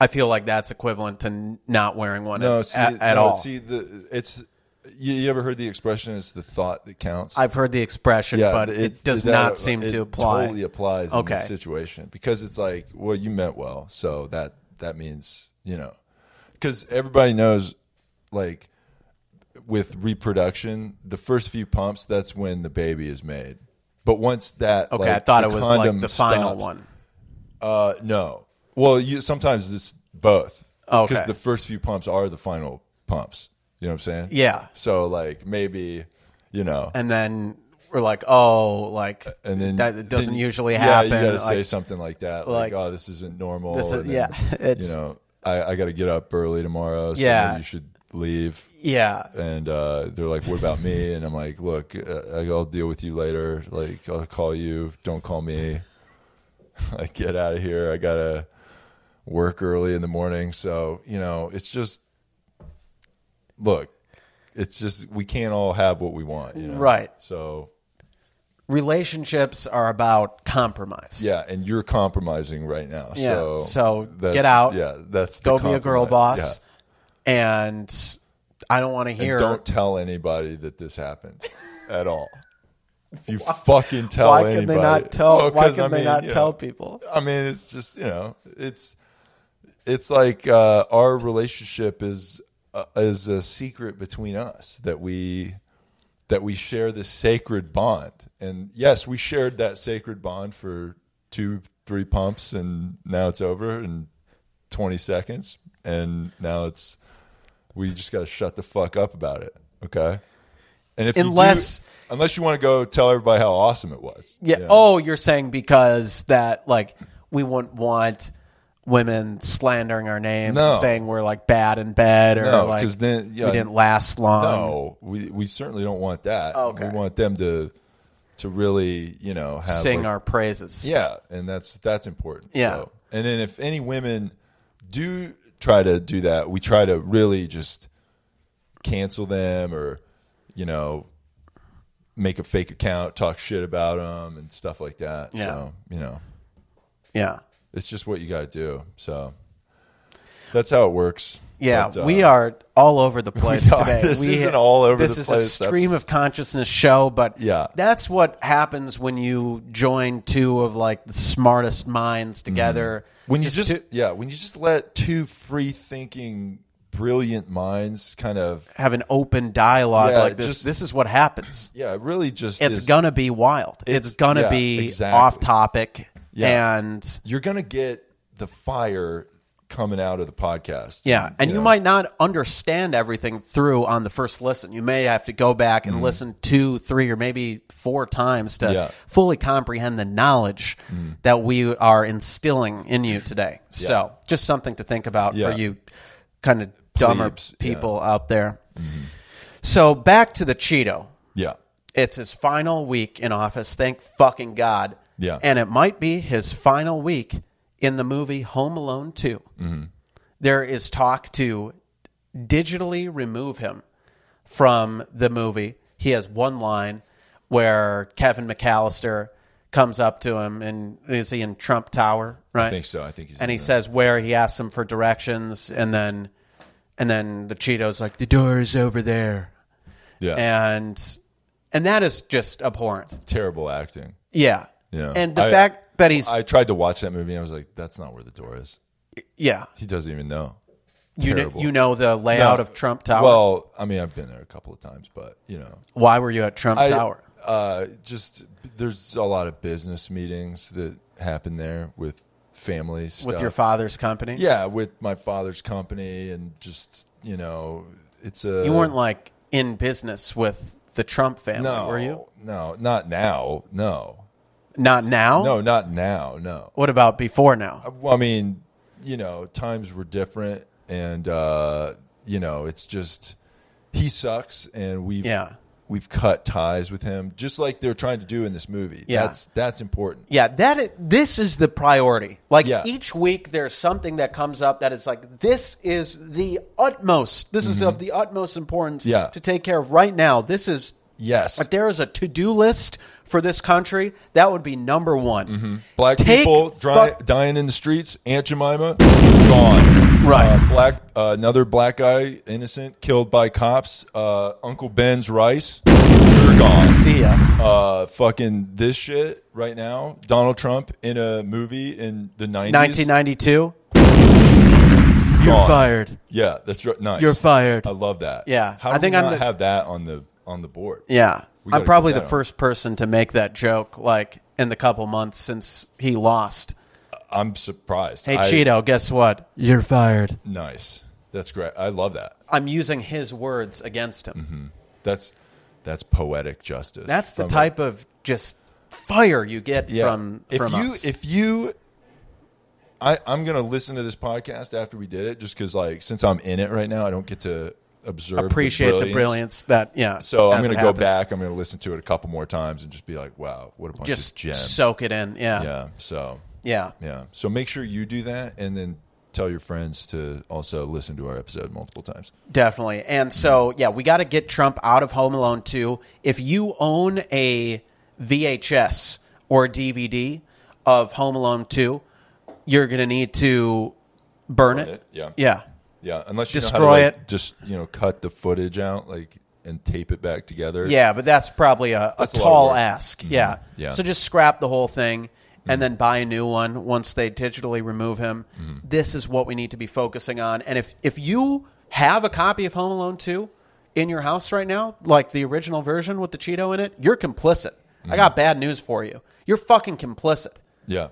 I feel like that's equivalent to n- not wearing one No, at, see, at, at no, all. See the it's. You, you ever heard the expression? It's the thought that counts. I've heard [laughs] the expression, but it, does that- not seem it to apply. Totally applies in Okay. this situation because it's like, well, you meant well, so that that means you know, because everybody knows, like, with reproduction, the first few pumps, that's when the baby is made. But once that, Okay, like, I thought the it was condom like the final stops- one. Uh, no, well, you sometimes it's both. Oh, Okay. the first few pumps are the final pumps. You know what I'm saying? Yeah. So like maybe, you know, And then we're like, oh, like and then that doesn't then- usually yeah, happen. you got to Like, say something like that, like, like, "Oh, this isn't normal." this is- and then, yeah, [laughs] it's- you know, I, I got to get up early tomorrow, so Yeah. you should leave. yeah. And uh, they're like, "What about me?" And I'm like, "Look, uh, I'll deal with you later. Like, I'll call you. Don't call me. [laughs] like, get out of here. I gotta work early in the morning. So you know, it's just look." It's just we can't all have what we want, you know? Right. So Relationships are about compromise. Yeah, and you're compromising right now. Yeah, So, so that's- get out. Yeah, that's the Go be a girl compromise. boss. Yeah. And I don't want to And hear. don't tell anybody that this [laughs] happened at all. If you fucking tell why anybody, can they not tell? Well, why 'cause, can I they mean, not you know, tell people? I mean, it's just you know, it's it's like uh, our relationship is uh, is a secret between us that we that we share this sacred bond. And yes, we shared that sacred bond for two, three pumps, and now it's over in 20 seconds. And now it's we just got to shut the fuck up about it. Okay. And if you do- Unless- unless you want to go tell everybody how awesome it was. Yeah. you know? Oh, you're saying because that like we wouldn't want women slandering our names No. and saying we're like bad in bed or No, like 'cause then- yeah. we didn't last long. No, we we certainly don't want that. Okay. We want them to to really, you know, have Sing like- our praises. Yeah, and that's that's important. Yeah. So- And then if any women do try to do that, we try to really just cancel them or you know make a fake account, talk shit about them and stuff like that. Yeah. So, you know, Yeah. it's just what you got to do. So that's how it works. Yeah, But, uh, we are all over [laughs] the place are. today. This we, is an all over this the is place a stream of consciousness show, but Yeah. that's what happens when you join two of like the smartest minds together. Mm-hmm. when you just to yeah when you just let two free thinking brilliant minds kind of have an open dialogue Yeah, like this, just- this is what happens. yeah it really just It's is- gonna be wild. It's, It's- gonna yeah, be exactly. off topic, Yeah. and you're gonna get the fire coming out of the podcast yeah, and you, know? might not understand everything through on the first listen. You may have to go back and listen two, three, or maybe four times to Mm-hmm. Yeah. Mm. fully comprehend the knowledge that we are instilling in you today. So, just something to think about Yeah. for you, kind of dumber Plebes, yeah. Mm-hmm. people out there. So back to the Cheeto. yeah It's his final week in office. Thank fucking God. Yeah. And it might be his final week in the movie Home Alone 2. Mm-hmm. There is talk to digitally remove him from the movie. He has one line where Kevin McAllister comes up to him and is he in Trump Tower, right? think so. I think he's And in he there. says where he asks him for directions and then and then the Cheeto's like the door is over there yeah and and that is just abhorrent. terrible acting Yeah, yeah And the I- fact that he's I tried to watch that movie and I was like that's not where the door is yeah, he doesn't even know you know, Terrible. you know the layout No. of Trump Tower. well I mean I've been there a couple of times but you know Why were you at Trump I- Tower? Uh, just there's a lot of business meetings that happen there with families With your father's company, Yeah, with my father's company, and just you know, it's a you weren't like in business with the Trump family, no, were you? No, not now. No, Not now. no, not now. No. What about before now? Well, I mean, you know, times were different, and uh, you know, it's just he sucks, and we Yeah. we've cut ties with him, just like they're trying to do in this movie. Yeah. that's that's important. Yeah, that i- this is the priority. Like Yeah. each week, there's something that comes up that is like this is the utmost. This is of the utmost importance Mm-hmm. Yeah. to take care of right now. This is Yes, If there is a to do list for this country, that would be number one. Black Take people dry, fuck- dying in the streets. Aunt Jemima gone. Right. Uh, black uh, another black guy innocent killed by cops. Uh, Uncle Ben's rice. You're gone. See ya. Uh, fucking this shit right now. Donald Trump in a movie in the nineties. 1992. You're Gone. fired. Yeah, that's right. Nice. You're fired. I love that. Yeah. How I do I think think we I'm not the- have that on the on the board? Yeah. We gotta I'm probably get the that on. first person to make that joke, like, in the couple months since he lost. I'm surprised. Hey, I- Cheeto, guess what? You're fired. Nice. That's great. I love that. I'm using his words against him. Mm-hmm. That's that's poetic justice. That's the from a- type of just fire you get Yeah. from if from you us. if you I, I'm gonna listen to this podcast after we did it just because like since I'm in it right now I don't get to observe Appreciate the brilliance that yeah. so I'm as gonna it go happens. back I'm gonna listen to it a couple more times and just be like wow what a bunch of Just gems soak it in. yeah so Yeah. yeah so make sure you do that and then tell your friends to also listen to our episode multiple times Definitely. And so, yeah, we got to get Trump out of Home Alone 2. If you own a VHS or DVD of Home Alone 2, you're going to need to burn, it. it, yeah. Yeah. yeah unless you Destroy know how to, like, it. just you know cut the footage out like and tape it back together Yeah, but that's probably a, a That's a lot of tall work. Mm-hmm. ask. Yeah. Yeah. Mm-hmm. So just scrap the whole thing and then buy a new Mm-hmm. one once they digitally remove him. This is what we need to be focusing on. And if if you have a copy of Home Alone 2 in your house right now, like the original version with the Cheeto in it, you're complicit. Mm-hmm. I got bad news for you. You're fucking complicit. Yeah.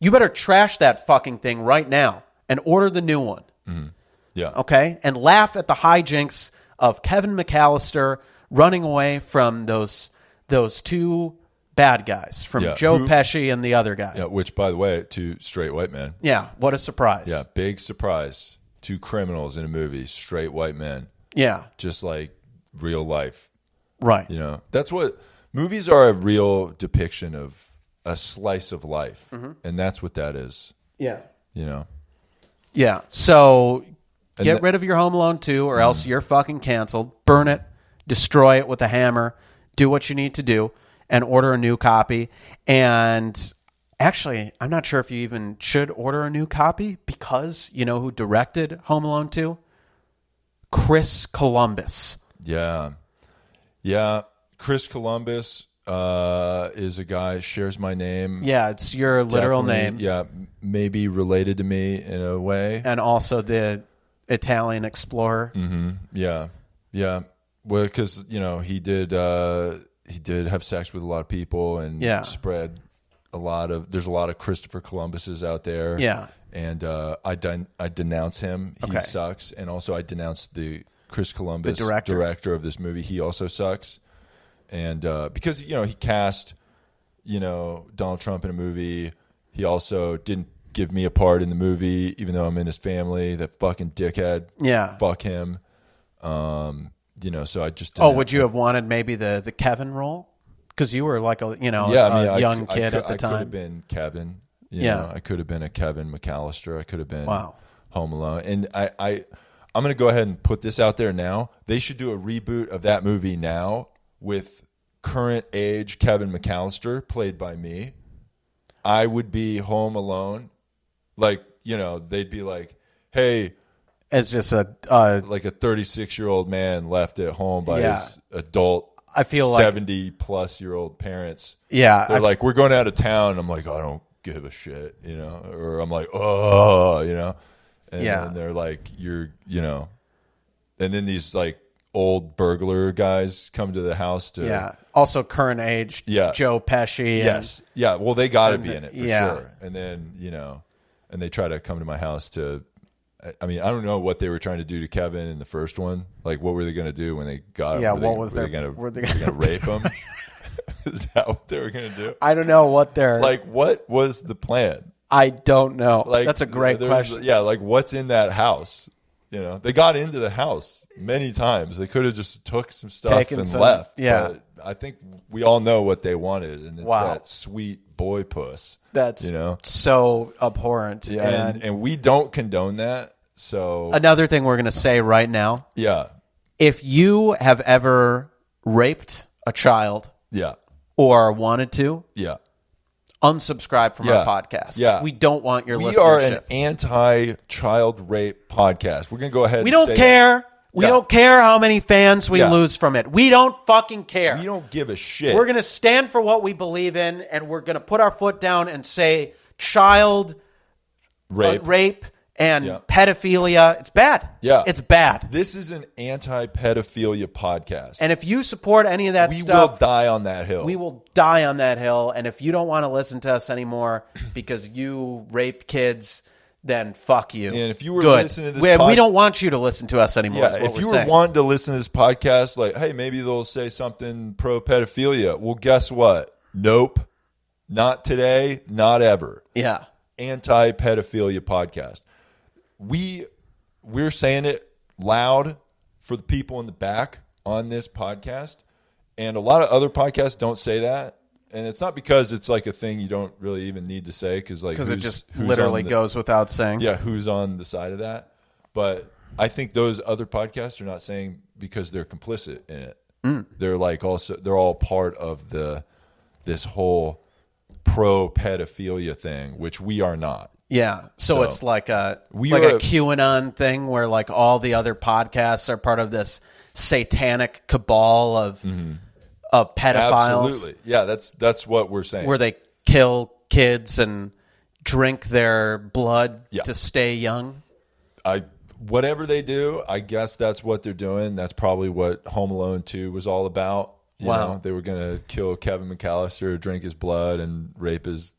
You better trash that fucking thing right now and order the new one Yeah. okay, and laugh at the hijinks of Kevin McAllister running away from those those two bad guys, from Yeah. Joe Who- Pesci and the other guy. Yeah, which, by the way, two straight white men. Yeah, what a surprise. Yeah, big surprise. Two criminals in a movie, straight white men, Yeah, just like real life. right. You know, that's what movies are a real depiction of a slice of life. Mm-hmm. And that's what that is, Yeah. you know. Yeah. So And Mm. get that- rid of your Home Alone 2 or else you're fucking canceled. Burn it, destroy it with a hammer, do what you need to do, and order a new copy. And actually, I'm not sure if you even should order a new copy because you know who directed Home Alone 2? Chris Columbus. Yeah. Yeah. Chris Columbus uh, is a guy, shares my name. Yeah, it's your literal Definitely, name. Yeah. Maybe related to me in a way. And also the Italian explorer. Mm. Yeah, yeah. Well, because you know he did uh, he did have sex with a lot of people and Yeah. spread a lot of. There's a lot of Christopher Columbuses out there. Yeah. and uh, I den- I denounce him. He Okay. sucks, and also I denounce the Chris Columbus The director. of this movie. He also sucks, and uh, because you know he cast you know Donald Trump in a movie. He also didn't give me a part in the movie, even though I'm in his family. That fucking dickhead Yeah. fuck him. Um, you know, so I just Oh, would you have wanted maybe the the Kevin role? Because you were like a you know Yeah, a I mean, I young cou- I kid cou- at the I could time. have been Kevin. You Yeah. know, I could have been a Kevin McAllister. I could have been Wow. Home Alone. And I, I, I'm going to go ahead and put this out there now. They should do a reboot of that movie now with current age Kevin McAllister played by me. I would be Home Alone. Like you know, they'd be like, "Hey, It's just a uh, like a 36 year old man left at home by Yeah. his adult I feel like- 70 plus year old parents yeah. they're I- like we're going out of town i'm like i don't give a shit you know or i'm like oh you know and Yeah. then they're like you're you know and then these like old burglar guys come to the house to yeah. Also, current age. Yeah. Joe Pesci. and- yes yeah well they got to be in it for yeah. sure and then you know and they try to come to my house to I- I mean, I don't know what they were trying to do to Kevin in the first one. Like, what were they going to do when they got him? Yeah, Were they- what was were they their- gonna- were Were they they going to rape [laughs] him? [laughs] Is that what they were going to do? I don't know what they're like. Like, what was the plan? I don't know. Like, That's a great there was- question. Yeah, like what's in that house? You know, they got into the house many times. They could have just took some stuff Taken and some- left. yeah. but I think we all know what they wanted, and it's Wow. that sweet boy puss. That's you know, so abhorrent. yeah, and and, and we don't condone that. So another thing we're gonna say right now: yeah, if you have ever raped a child yeah, or wanted to, yeah. unsubscribe from Yeah. our podcast. Yeah. we don't want your We listenership. are an anti-child rape podcast. We're gonna go ahead. We and don't say care. We Yeah. don't care how many fans we Yeah. lose from it. We don't fucking care. that. We don't give a shit. We're going to stand for what we believe in and we're going to put our foot down and say child uh, rape. rape, and Yeah. pedophilia. It's bad. Yeah. It's bad. This is an anti-pedophilia podcast. and if you support any of that we stuff, will die on that hill. we will die on that hill. And if you don't want to listen to us [clears throat] anymore because you rape kids, then fuck you. And if you were Good. listening to this we, we pod- don't want you to listen to us anymore. Yeah, if you were wanting to listen to this podcast, like, hey, maybe they'll say something pro pedophilia. Well, guess what? Nope. Not today, not ever. yeah, Anti pedophilia podcast. We we're saying it loud for the people in the back on this podcast. And a lot of other podcasts don't say that. And it's not because it's like a thing you don't really even need to say because like because it who's- just who's on literally the- goes without saying. yeah, who's on the side of that. But I think those other podcasts are not saying because they're complicit in it. Mm. They're like also they're all part of the this whole pro pedophilia thing, which we are not. Yeah. So, So- it's like a We like a are- QAnon thing where like all the other podcasts are part of this satanic cabal of of pedophiles Mm-hmm. Absolutely, yeah. That's that's what we're saying. where they kill kids and drink their blood Yeah. to stay young. I whatever they do, I guess that's what they're doing. That's probably what Home Alone Two was all about. You Wow. know, they were gonna kill Kevin McAllister, drink his blood, and rape his,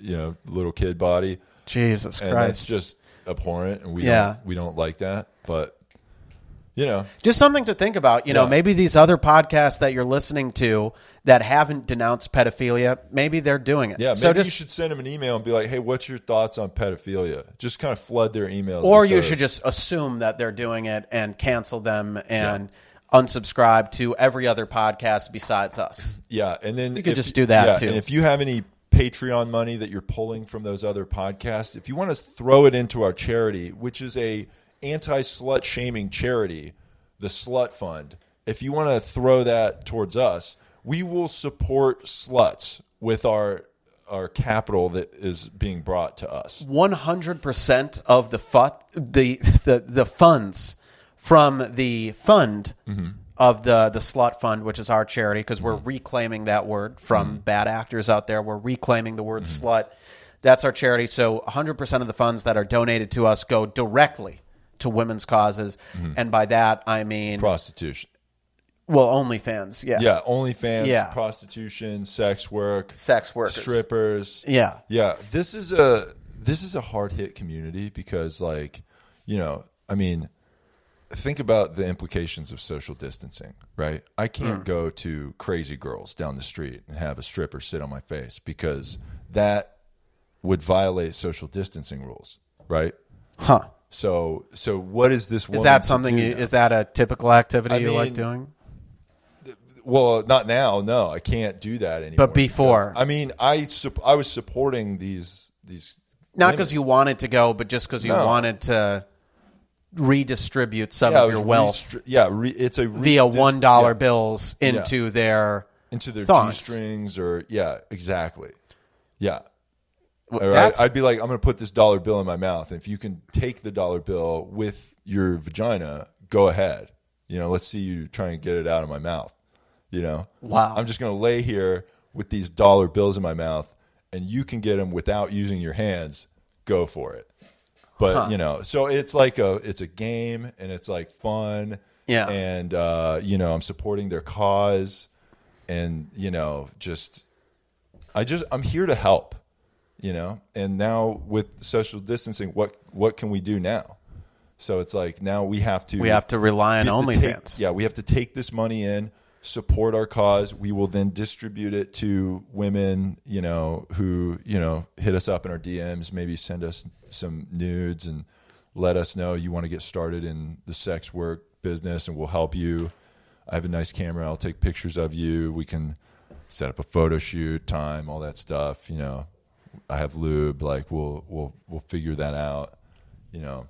you know, little kid body. Jesus And that's Christ. Just, just abhorrent, and we Yeah. don't, we don't like that. But you know, something to think about. You know, Yeah. maybe these other podcasts that you're listening to that haven't denounced pedophilia, maybe they're doing it. yeah, maybe so just you should send them an email and be like, "Hey, what's your thoughts on pedophilia?" Just kind of flood their emails. or with you those. should just assume that they're doing it and cancel them and unsubscribe to every other podcast besides us. Yeah, and then you could just do that, yeah, too. And if you have any Patreon money that you're pulling from those other podcasts, if you want to throw it into our charity, which is a anti slut shaming charity, the Slut Fund. If you want to throw that towards us, we will support sluts with our our capital that is being brought to us. One hundred percent of the fu- the, the the funds from the fund of the the slot fund, which is our charity, because we're reclaiming that word from bad actors out there. We're reclaiming the word slut. That's our charity. So, 100% of the funds that are donated to us go directly to women's causes. And by that, I mean, Prostitution. well, OnlyFans. Yeah. Yeah, OnlyFans, Yeah. prostitution, sex work, Sex workers. strippers. Yeah. yeah. This is a this is a hard hit community because, like, you know, I mean, think about the implications of social distancing, right? I Hmm. can't go to Crazy Girls down the street and have a stripper sit on my face because that would violate social distancing rules, right? Huh. So, so what is this? Is that something you, is that a typical activity I you like mean, doing? Well, not now. No, I can't do that anymore. But before. because- I mean, I sup- I was supporting these these. Not because you wanted to go, but just because you No. wanted to redistribute some yeah, it of was your wealth restri- yeah, re- it's a re- via dis- one dollar yeah, bills into their into their thongs. g strings or yeah, exactly. Yeah, Or I, that's- I'd be like, I'm going to put this dollar bill in my mouth. If you can take the dollar bill with your vagina, go ahead. You know, let's see you try and get it out of my mouth. You know, Wow. I'm just going to lay here with these dollar bills in my mouth, and you can get them without using your hands. Go for it. But you know, so it's like a it's a game, and it's like fun. Yeah. and uh, you know, I'm supporting their cause, and you know, just I just I'm here to help, you know. And now with social distancing, what what can we do now? So it's like now we have to we have to rely on we have to take- OnlyFans. yeah, we have to take this money in, support our cause. We will then distribute it to women, you know, who you know hit us up in our DMs, maybe send us some nudes and let us know you want to get started in the sex work business, and we'll help you. I have a nice camera. I'll take pictures of you. We can set up a photo shoot, time, all that stuff. You know, I have lube. Like we'll we'll we'll figure that out. You know,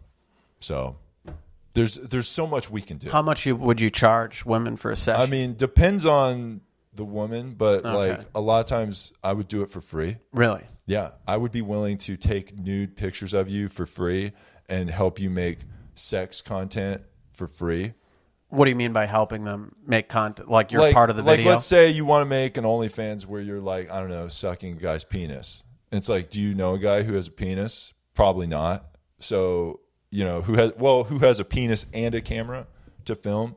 so there's there's so much we can do. How much you, would you charge women for a session? I mean, depends on the woman, but like a lot of times I would do it for free. really? Yeah, I would be willing to take nude pictures of you for free and help you make sex content for free. What do you mean by helping them make content? Like you're like, part of the like, video. let's say you want to make an OnlyFans where you're like, I don't know, sucking a guy's penis. It's like, do you know a guy who has a penis? Probably not. So you know who has well, who has a penis and a camera to film,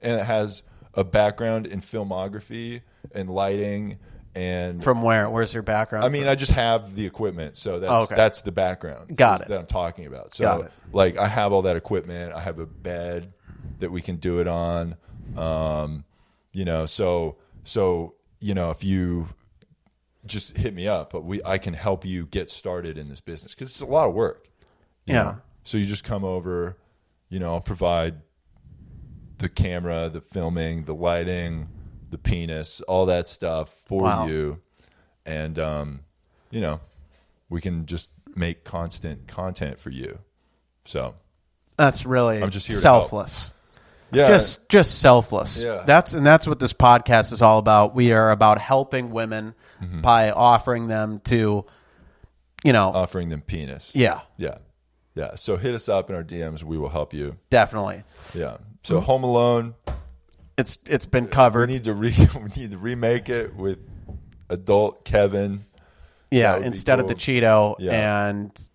and it has a background in filmography and lighting and. From where? Where's your background? I mean, I just have the equipment, so that's Oh, Okay. that's the background. Got is- it. That I'm talking about. So, Got it. like, I have all that equipment. I have a bed that we can do it on. Um, you know, so so you know, if you just hit me up, but we I can help you get started in this business because it's a lot of work. you Yeah. know? So you just come over. You know, I'll provide the camera, the filming, the lighting, the penis, all that stuff for Wow. you. And um, you know, we can just make constant content for you. So That's really I'm just here to help. selfless. yeah, just just selfless. Yeah. That's and that's what this podcast is all about. We are about helping women Mm-hmm. by offering them to, you know, offering them penis. yeah, yeah, yeah. So hit us up in our DMs. We will help you. definitely. Yeah. So Mm-hmm. Home Alone, It's it's been we covered. need to re- [laughs] we need to remake it with adult Kevin. Yeah, would be instead of the cool. Cheeto Yeah. and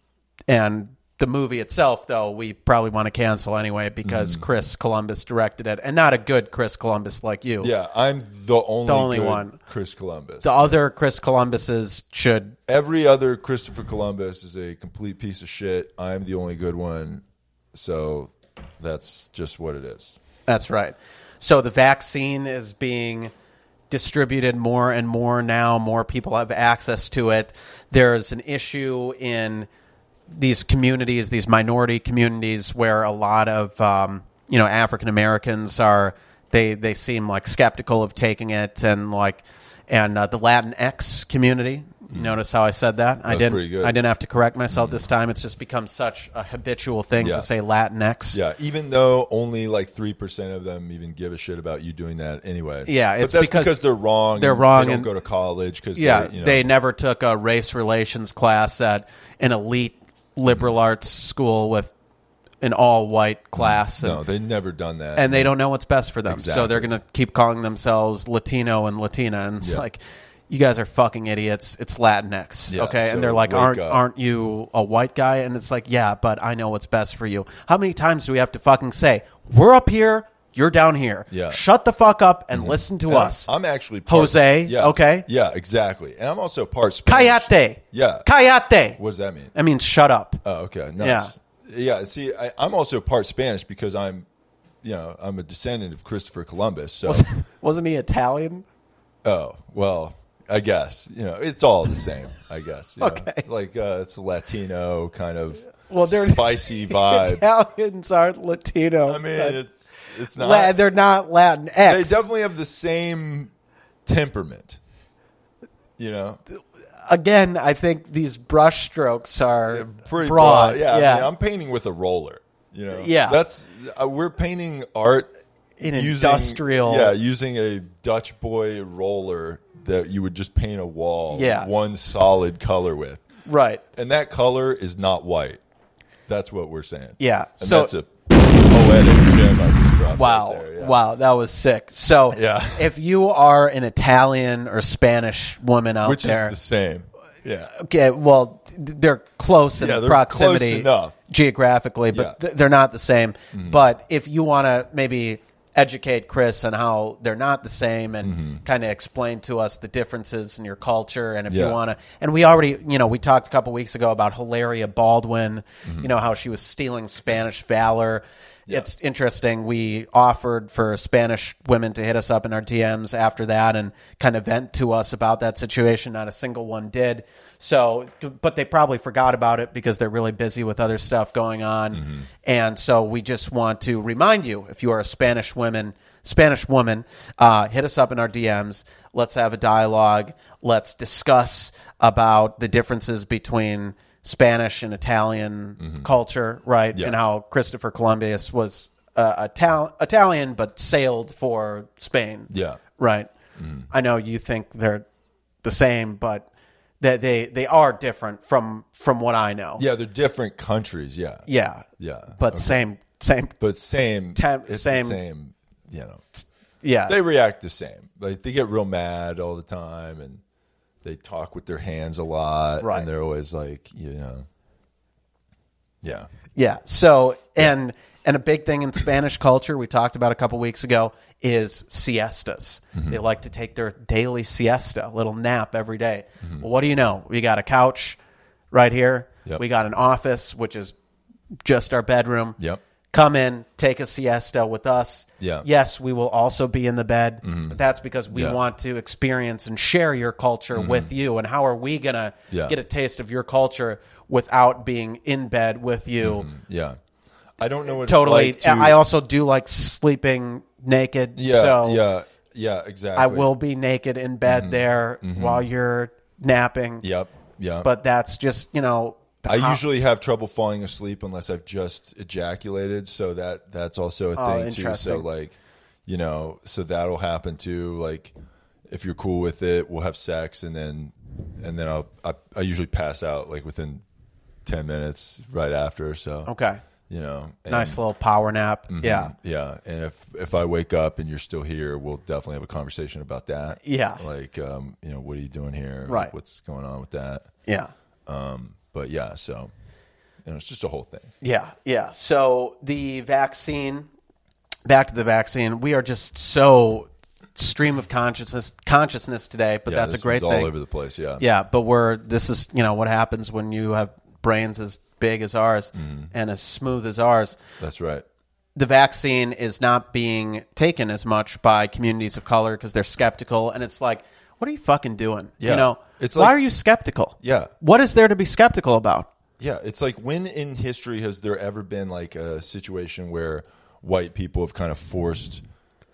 and the movie itself, though, we probably want to cancel anyway Mm-hmm. because Chris Columbus directed it, and not a good Chris Columbus like you. Yeah, I'm the only, The only good one. Chris Columbus. The other Chris Columbuses should Every other Christopher Columbus is a complete piece of shit. I'm the only good one. So that's just what it is. That's right. So the vaccine is being distributed more and more now. More people have access to it. There's an issue in these communities, these minority communities, where a lot of um, you know African Americans are. They they seem like skeptical of taking it, and like and uh, the Latinx community. You Notice how I said that? I Mm-hmm. That's didn't. pretty good. Mm-hmm. I didn't have to correct myself this time. It's just become such a habitual thing Yeah. to say Latinx. Yeah, even though only like 3% of them even give a shit about you doing that anyway. Yeah, But it's that's because because, they're wrong. they're and wrong They don't and- go to college because Yeah, they, you know, they never took a race relations class at an elite Mm-hmm. liberal arts school with an all white class. And, no, they've never done that. and they don't know what's best for them. So Exactly. they're going to keep calling themselves Latino and Latina. And it's Yeah. like, you guys are fucking idiots. It's Latinx. Yeah, okay. so and they're like, wake aren't, up. aren't you a white guy? And it's like, yeah, but I know what's best for you. How many times do we have to fucking say, we're up here, you're down here? Yeah. Mm-hmm. Shut the fuck up and listen to And I'm- us. I'm, actually part- Jose, Yeah, okay. Yeah, exactly. And I'm also part Spanish. Cayate. Yeah. Cayate. What does that mean? I mean, shut up. Oh, okay. Nice. Yeah. See, I, I'm also part Spanish because I'm, you know, I'm a descendant of Christopher Columbus. So, [laughs] Wasn't [laughs] he Italian? [laughs] oh, well, I guess, you know, it's all the same, I guess. you know. Okay. Like, uh, it's a Latino kind of Well, they're- [laughs] spicy vibe. Italians aren't Latino. I mean, but it's, it's not. La- they're not Latin they X. definitely have the same temperament, you know? Again, I think these brushstrokes are pretty broad. Yeah, yeah. I am painting with a roller. You know, Yeah. That's uh, we're painting art In industrial- Yeah, using a Dutch boy roller that you would just paint a wall. Yeah. one solid color with, right. and that color is not white. That's what we're saying. Yeah, and so- that's a poetic gem I just dropped. Wow. right there, yeah. Wow, that was sick. So, Yeah. if you are an Italian or Spanish woman out which there, is the same. Yeah, okay, well, th- they're close in Yeah, they're close proximity enough. geographically, but Yeah. Mm-hmm. th- they're not the same. But if you want to maybe educate Chris on how they're not the same and Mm-hmm. kind of explain to us the differences in your culture, and if Yeah. you want to, and we already, you know, we talked a couple weeks ago about Hilaria Baldwin, you know, how she was stealing Spanish valor. It's interesting. We offered for Spanish women to hit us up in our DMs after that and kind of vent to us about that situation. Not a single one did. So, but they probably forgot about it because they're really busy with other stuff going on. And so we just want to remind you if you are a Spanish woman, Spanish woman, uh, hit us up in our DMs. Let's have a dialogue. Let's discuss about the differences between Spanish and Italian Mm-hmm. culture, right? And how Christopher Columbus was uh, Ital- Italian but sailed for Spain. Yeah. Mm-hmm. Right. I know you think they're the same, but that they they are different from from what I know. yeah, they're different countries. Yeah, Yeah. Yeah, But okay. same same but same. Tem- it's same- the same. You know. yeah. they react the same. Like they get real mad all the time, and they talk with their hands a lot, Right. and they're always like, you know, yeah, Yeah. So and and a big thing in Spanish culture we talked about a couple weeks ago is siestas. Mm-hmm. They like to take their daily siesta, little nap every day. Well, what do you know? We got a couch right here. Mm-hmm. Yep. We got an office, which is just our bedroom. Yep. Come in, take a siesta with us. Yeah. Mm-hmm. Yes, we will also be in the bed, but that's because we Yeah. Mm-hmm. want to experience and share your culture with you. And how are we gonna Yeah. get a taste of your culture without being in bed with you? yeah. I don't know what totally. It's like to, I also do like sleeping naked. yeah, so yeah, yeah, exactly. I will be naked in bed there while you're napping. Yep, yeah. But that's just, you know, the I ho- usually have trouble falling asleep unless I've just ejaculated, so that that's also a thing too. So Oh, interesting. like, you know, so that'll happen too. Like, if you're cool with it, we'll have sex, and then and then I'll I, I usually pass out like within ten minutes right after. So Okay. you know, and- Nice little power nap. Mm-hmm. Yeah. yeah. And if if I wake up and you're still here, we'll definitely have a conversation about that. Yeah. like um, you know, what are you doing here? Right. what's going on with that? Yeah. But yeah, so You know, it's just a whole thing. Yeah, yeah. So the vaccine, back to the vaccine. We are just so stream of consciousness consciousness today, but Yeah, that's a this great one's thing. all over the place. Yeah. yeah, but we're this is you know what happens when you have brains as big as ours Mm. and as smooth as ours. That's right. the vaccine is not being taken as much by communities of color because they're skeptical and it's like what are you fucking doing Yeah. you know It's why like- are you skeptical Yeah. what is there to be skeptical about Yeah, it's like when in history has there ever been like a situation where white people have kind of forced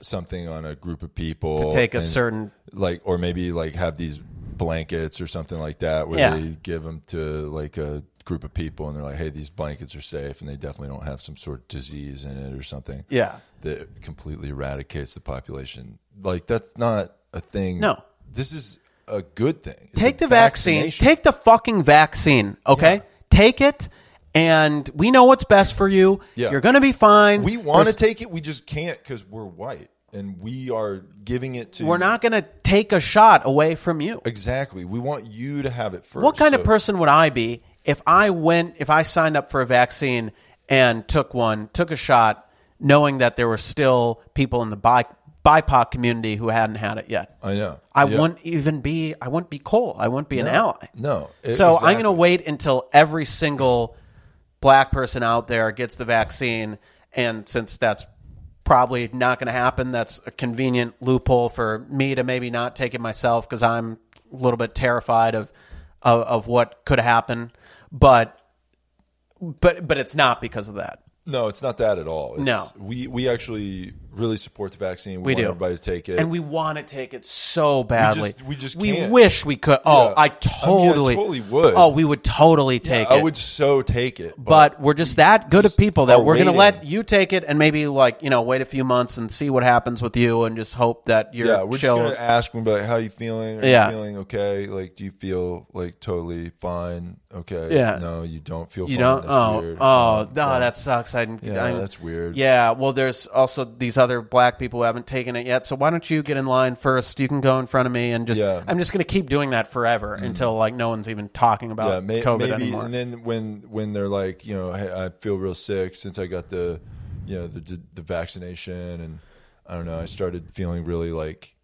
something on a group of people To take a and, certain- like or maybe like have these blankets or something like that where Yeah. they give them to like a group of people and they're like hey these blankets are safe and they definitely don't have some sort of disease in it or something Yeah. that completely eradicates the population like that's not a thing No. this is a good thing It's take a the vaccine vaccination. take the fucking vaccine okay Yeah. take it and we know what's best for you Yeah. you're gonna be fine We want to There's- take it, we just can't because we're white and we are giving it to. we're not gonna take a shot away from you exactly. We want you to have it first. What kind so- of person would I be if I went if I signed up for a vaccine and took one, took a shot, knowing that there were still people in the bi- BIPOC community who hadn't had it yet? I know. I Yeah. wouldn't even be. I wouldn't be Cole. I wouldn't be an ally. no, e- So I'm going to exactly. wait until every single black person out there gets the vaccine, and since that's probably not going to happen, that's a convenient loophole for me to maybe not take it myself because I'm a little bit terrified of, of of what could happen. But but but it's not because of that. No, it's not that at all. It's, No. we we actually really support the vaccine. We, We want do. everybody to take it, And we want to take it so badly. we just we can't. wish we could. Oh, Yeah. I I mean, I totally, totally would. Oh, we would totally take I it. would so take it, but we're just that good of people are that we're going to waiting. let you take it and maybe like you know wait a few months and see what happens with you and just hope that you're yeah, we're just chill. gonna ask them about how you feeling. Are Yeah. you feeling okay? Like, do you feel like totally fine? Okay. Yeah. No, you don't feel. you fine. don't That's oh weird. oh no yeah. that sucks I Yeah, that's weird. yeah well there's also these other black people who haven't taken it yet so why don't you get in line first you can go in front of me and just Yeah. Mm. I'm just gonna keep doing that forever until like no one's even talking about yeah, may, COVID maybe. anymore And then when when they're like, you know, hey, I feel real sick since I got the, you know, the the vaccination, and I don't know, I started feeling really like,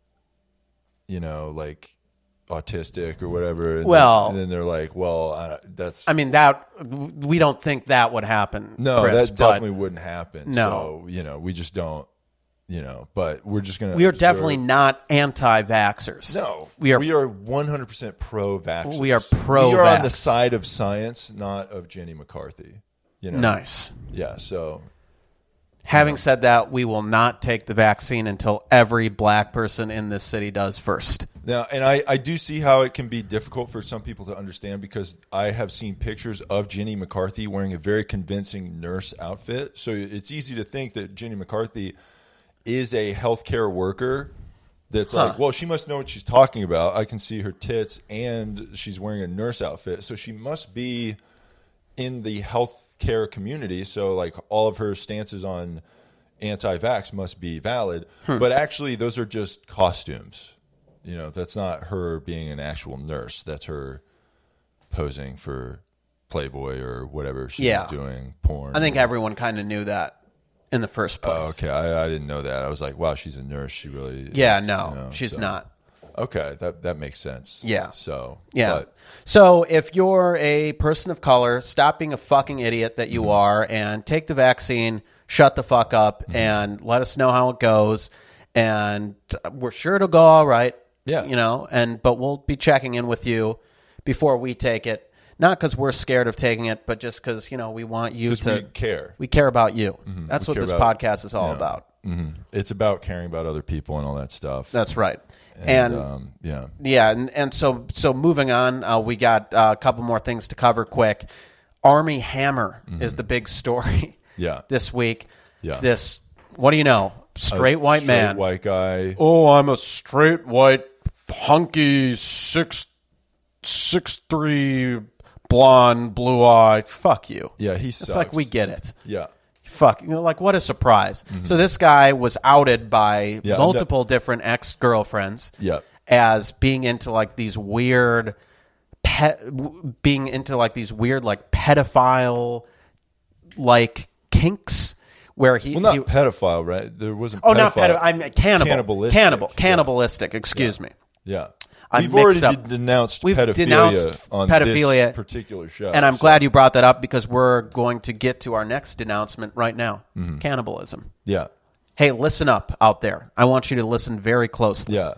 you know, like autistic or whatever. And then, Well- and then they're like, well, I, that's. I mean that we don't think that would happen no, Chris, that but- definitely wouldn't happen. No. so, you know, we just don't. You know, but we're just gonna. we are observe- definitely not anti-vaxxers. No, we are. We are one hundred percent pro vax. We are We are on the pro-vax. side of science, not of Jenny McCarthy. You know. nice. Yeah. So Having said that, we will not take the vaccine until every black person in this city does first. Now, and I, I do see how it can be difficult for some people to understand because I have seen pictures of Jenny McCarthy wearing a very convincing nurse outfit. So it's easy to think that Jenny McCarthy is a healthcare worker that's like, well, she must know what she's talking about. I can see her tits and she's wearing a nurse outfit. So she must be in the healthcare community. So, like, all of her stances on anti vax must be valid. Hmm. But actually, those are just costumes. You know, that's not her being an actual nurse. That's her posing for Playboy or whatever she's Yeah. doing, porn. I think or- everyone kind of knew that in the first place. Oh, okay, I, I didn't know that. I was like, wow, she's a nurse. She really. Yeah, is, no, you know, she's so- not. Okay, that that makes sense. Yeah. So Yeah. but- so if you're a person of color, stop being a fucking idiot that Mm-hmm. you are and take the vaccine, shut the fuck up, Mm-hmm. and let us know how it goes. And we're sure it'll go all right. Yeah. You know, and but we'll be checking in with you before we take it. Not because we're scared of taking it, but just because, you know, we want you 'Cause to we care. We care about you. That's what care this about- podcast is all about. it's about caring about other people and all that stuff. That's right. And, um, yeah, Yeah, and, and so so moving on, uh, we got uh, a couple more things to cover quick. Army Hammer is the big story. Mm-hmm. [laughs] Yeah. [laughs] this week. Yeah. this what do you know? Straight white Straight man. white guy. Oh, I'm a straight white hunky six six three blonde blue eye. Fuck you. Yeah, he it's sucks. like we get it. Yeah, Fuck, you know, like what a surprise. So this guy was outed by Mm-hmm. Yeah, multiple different ex girlfriends Yeah. as being into like these weird pet, w- being into like these weird like pedophile like kinks where he, Well, not he- pedophile, right? There wasn't. oh not pedo- I'm cannibal Cannibalistic, cannibal yeah. cannibalistic excuse me Yeah. I'm We've already mixed up. de- denounced We've pedophilia denounced on pedophilia, this particular show. and I'm so- glad you brought that up because we're going to get to our next denouncement right now Mm-hmm. cannibalism Yeah. hey listen up out there I want you to listen very closely Yeah.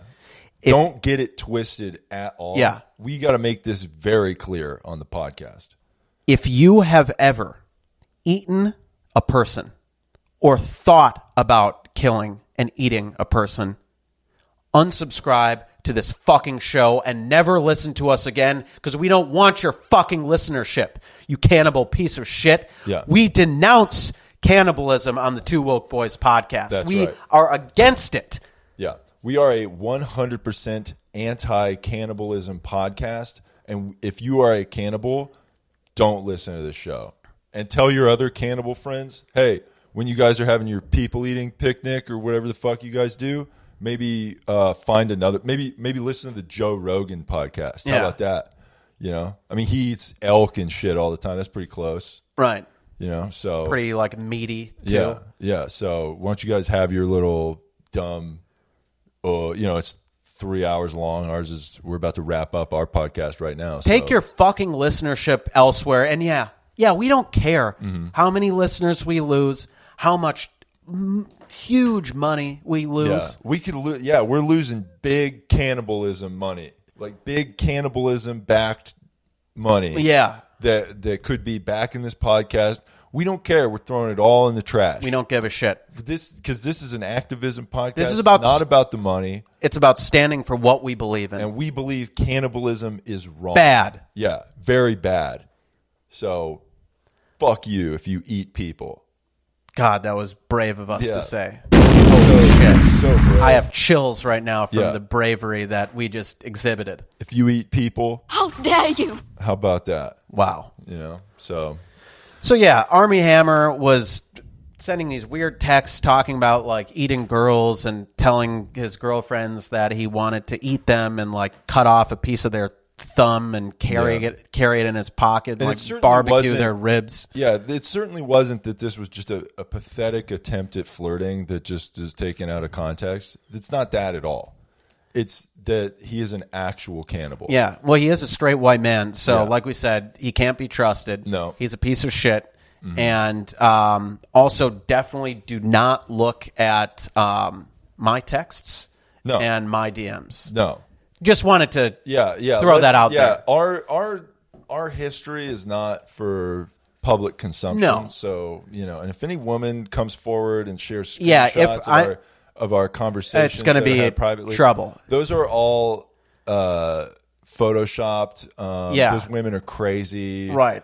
If- Don't get it twisted at all. Yeah. We got to make this very clear on the podcast. if you have ever eaten a person or thought about killing and eating a person, unsubscribe to this fucking show and never listen to us again because we don't want your fucking listenership, you cannibal piece of shit. Yeah. We denounce cannibalism on the Two Woke Boys podcast. That's we right. are against it. Yeah. We are a 100% anti cannibalism podcast. And if you are a cannibal, don't listen to this show. And tell your other cannibal friends hey, when you guys are having your people eating picnic or whatever the fuck you guys do, maybe uh, find another, maybe, maybe listen to the Joe Rogan podcast. How Yeah. about that? You know, I mean, he eats elk and shit all the time. That's pretty close. Right. You know, so Pretty like meaty too. yeah, yeah. So why don't you guys have your little dumb? Uh, you know, it's three hours long. Ours is we're about to wrap up our podcast right now. Take so- your fucking listenership elsewhere. And yeah, yeah, we don't care Mm-hmm. how many listeners we lose, how much m- huge money we lose. Yeah, we could. Lo- yeah, we're losing big cannibalism money, like big cannibalism backed money. Yeah. that that could be back in this podcast. We don't care. We're throwing it all in the trash. We don't give a shit. this because this is an activism podcast. is about- not about the money, It's about standing for what we believe in. and we believe cannibalism is wrong. Bad. Yeah, very bad. So, fuck you if you eat people. God, that was brave of us Yeah. to say. so, shit. So brave. I have chills right now from Yeah. the bravery that we just exhibited. if you eat people, How dare you! how about that? Wow. You know. So So yeah, Army Hammer was sending these weird texts talking about like eating girls and telling his girlfriends that he wanted to eat them and like cut off a piece of their thumb and carry Yeah. it carry it in his pocket and, it like certainly barbecue wasn't- their ribs. yeah, it certainly wasn't that this was just a, a pathetic attempt at flirting that just is taken out of context. It's not that at all. It's that he is an actual cannibal. Yeah. Well, he is a straight white man, so Yeah. like we said, he can't be trusted. No. Mm-hmm. He's a piece of shit. And um, also definitely do not look at um, my texts No. and my DMs. No. Just wanted to Yeah, yeah. Throw that let's- out yeah, there. Our our our history is not for public consumption. No. So, you know, and if any woman comes forward and shares screenshots Yeah, if of, I- our, of our conversations It's gonna that are be had privately trouble. Those are all uh photoshopped. Um, Yeah. those women are crazy. Right.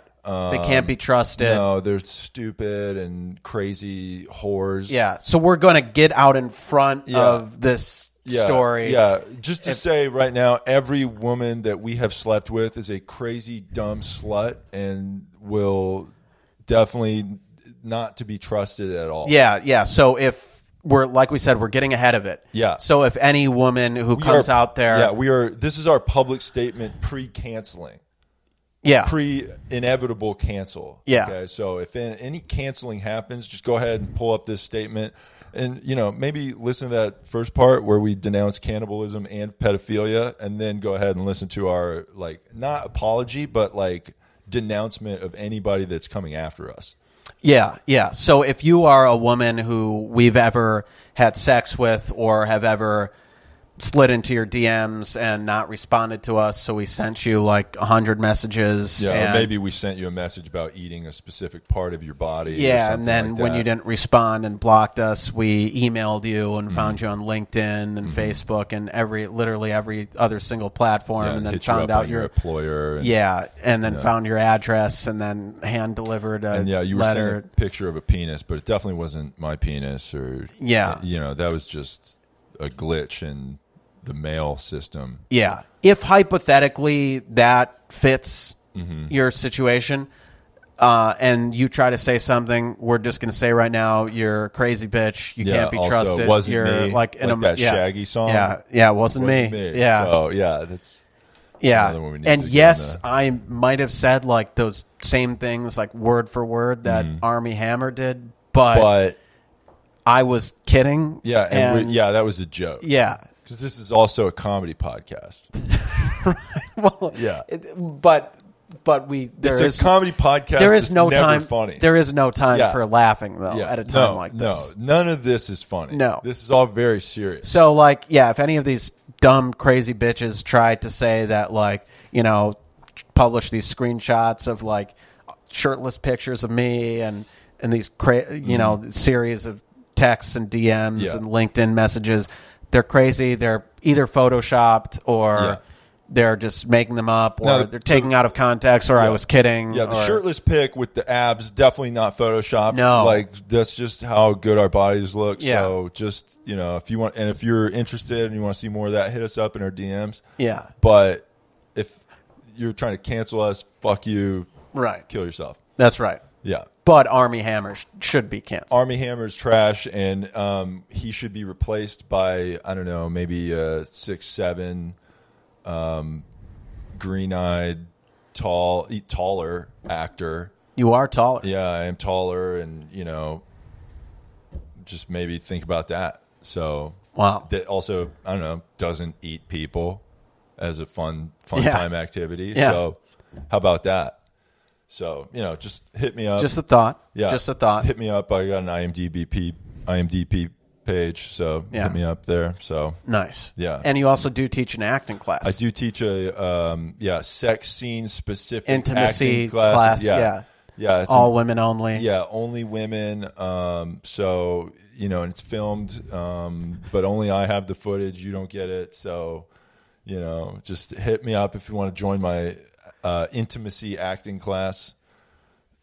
they can't be trusted. Um, No, they're stupid and crazy whores. Yeah. So we're going to get out in front of this Yeah, story. Yeah, just to say right now, every woman that we have slept with is a crazy dumb slut and will definitely not to be trusted at all. Yeah. Yeah. So if we're, like we said, we're getting ahead of it. Yeah. So if any woman who We comes are- out there, Yeah, we are. This is our public statement pre-canceling, yeah. pre-inevitable cancel. Yeah. Okay, so if an- any canceling happens, just go ahead and pull up this statement. And you know maybe listen to that first part where we denounce cannibalism and pedophilia, and then go ahead and listen to our like not apology but like denouncement of anybody that's coming after us. Yeah, yeah. So if you are a woman who we've ever had sex with or have ever slid into your DMs and not responded to us, so we sent you like a hundred messages. Yeah, and- or maybe we sent you a message about eating a specific part of your body. or Yeah, something and then like when that. you didn't respond and blocked us, we emailed you and Mm-hmm. found you on LinkedIn and Facebook and every literally every other single platform, Yeah, and then hit you found up out on your employer. and- yeah, and then found your address and then hand delivered a And yeah, you were letter. sending a picture of a penis, but it definitely wasn't my penis, or uh, Yeah. you know, that was just a glitch in the mail system. Yeah. If hypothetically that fits Mm-hmm. your situation, uh, and you try to say something, we're just going to say right now you're a crazy bitch. You Yeah, can't be also, trusted. wasn't you're me, like, in like a, that yeah. Shaggy song. Yeah, yeah, it wasn't, Wasn't me. Yeah, So yeah, that's Yeah. another one we need And to get yes, on I might have said like those same things, like word for word that Army Hammer did, but, the- Mm-hmm. but I was kidding. yeah, and, we, yeah, that was a joke. Yeah. because this is also a comedy [laughs] podcast. Well, Yeah. it- but, but we, there It's is a comedy podcast. there is that's no never time. funny. There is no time Yeah. for laughing though Yeah. at a time No, like no, this. none of this is funny. No. this is all very serious. So like, yeah, if any of these dumb crazy bitches tried to say that like, you know, publish these screenshots of like shirtless pictures of me and and these cra- you know, series of texts and DMs Mm-hmm. Yeah. and LinkedIn messages, they're crazy. They're either photoshopped or Yeah. They're just making them up, or No, the- they're taking out of context, or I was kidding. Yeah, the or- shirtless pic with the abs definitely not photoshopped. No. like that's just how good our bodies look. Yeah. So just you know, if you want, and if you're interested and you want to see more of that, hit us up in our DMs. Yeah, But if you're trying to cancel us, fuck you, right. kill yourself. That's right. Yeah, But Army Hammer sh- should be canceled. Army Hammer's trash, and um, he should be replaced by I don't know, maybe a six seven, um, green eyed, tall, e- taller actor. you are taller. Yeah, I am taller, and you know, just maybe think about that. So Wow. that also I don't know doesn't eat people as a fun fun Yeah. time activity. Yeah. So how about that? So you know, just hit me up. Just a thought. Yeah. Just a thought. Hit me up. I got an IMDb p- IMDb page, so Yeah. hit me up there. So Nice. Yeah. And you also do teach an acting class. I do teach a um, yeah sex scene specific Intimacy acting class. class, yeah. yeah, yeah. it's All women only. yeah only women. Um, so you know, and it's filmed, um, but only I have the footage. You don't get it. So you know, just hit me up if you want to join my uh, intimacy acting class.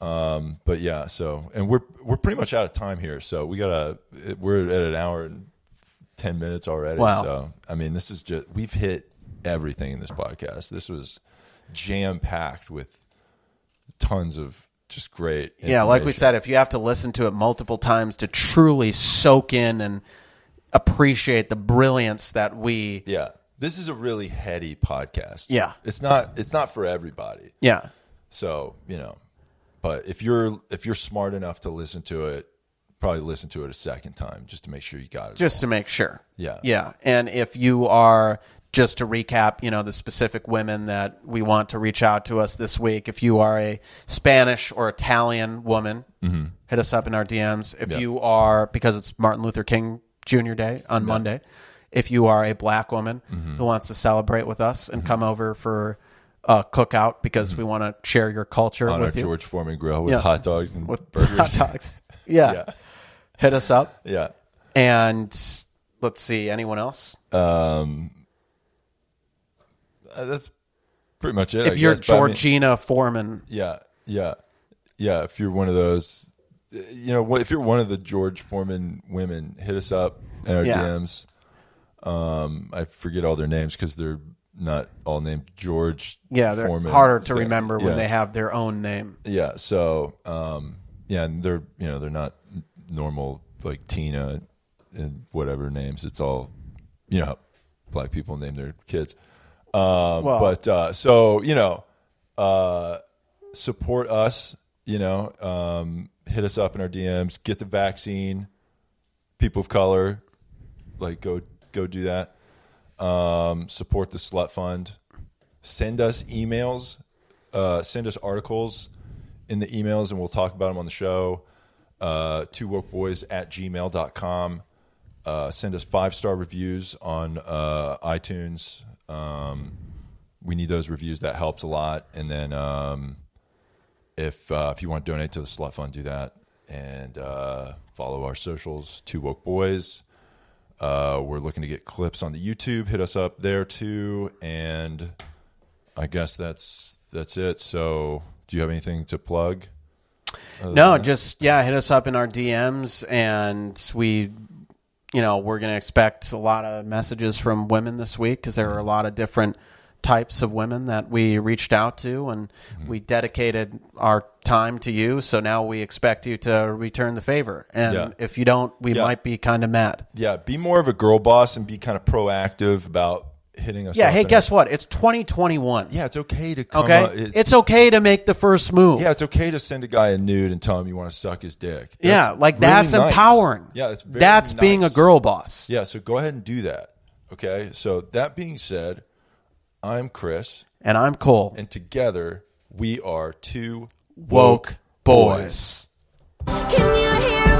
Um, but yeah, so and we're we're pretty much out of time here, so we gotta we're at an hour and ten minutes already. Wow. So I mean, this is just we've hit everything in this podcast. This was jam packed with tons of just great. Yeah. Like we information. said, if you have to listen to it multiple times to truly soak in and appreciate the brilliance that we. yeah, this is a really heady podcast. Yeah. it's not it's not for everybody. Yeah. So you know, but if you're if you're smart enough to listen to it, probably listen to it a second time just to make sure you got it. Just to make sure. Yeah. Yeah. And if you are. Just to recap, you know, the specific women that we want to reach out to us this week. If you are a Spanish or Italian woman, hit us up in our DMs. If Mm-hmm. Yeah. you are, because it's Martin Luther King Jr. Day on Monday, if you are a black woman Mm-hmm. who wants to celebrate with us and come over for a cookout because we want to share your culture Mm-hmm. on our with you George Foreman grill with Yeah. hot dogs and with burgers. hot dogs. [laughs] Yeah. [laughs] Yeah. Hit us up. Yeah. And let's see, anyone else? Uh, that's pretty much it. I if you're guess, but I mean- Georgina Foreman, yeah, yeah, yeah. If you're one of those, you know, if you're one of the George Foreman women, hit us up in our Yeah. DMs. Um, I forget all their names because they're not all named George. yeah, they're Foreman. harder to So, remember when yeah. they have their own name. Yeah. So, um, yeah, and they're you know they're not n- normal like Tina and whatever names. It's all you know, how black people name their kids. Um, Well- but uh, so you know, uh, support us. You know, um, hit us up in our DMs. Get the vaccine. People of color, like go go do that. Um, support the slut fund. Send us emails. Uh, send us articles in the emails, and we'll talk about them on the show. Uh, two woke boys at gmail.com. Uh, send us five star reviews on uh, iTunes. Um, we need those reviews. That helps a lot. And then um, if uh, if you want to donate to the slut fund, do that. And uh, follow our socials, Two Woke Boys. Uh, we're looking to get clips on the YouTube. Hit us up there too. And I guess that's that's it. So, do you have anything to plug? No, just yeah, hit us up in our DMs, and we, you know, we're gonna expect a lot of messages from women this week because there are Mm-hmm. a lot of different types of women that we reached out to, and Mm-hmm. we dedicated our time to you. So now we expect you to return the favor, and Yeah. if you don't, we Yeah. might be kind of mad. Yeah, be more of a girl boss and be kind of proactive about hitting us. Yeah. up Hey, and- guess what? It's 2021. Yeah, it's okay to come. Okay. up- it's, okay to make the first move. yeah, it's okay to send a guy a nude and tell him you want to suck his dick. That's yeah. Like really that's nice. empowering. Yeah, that's very that's being a nice. girl boss. Yeah, so go ahead and do that. Okay. So that being said, I'm Chris, And I'm Cole. and together we are two woke boys. Can you hear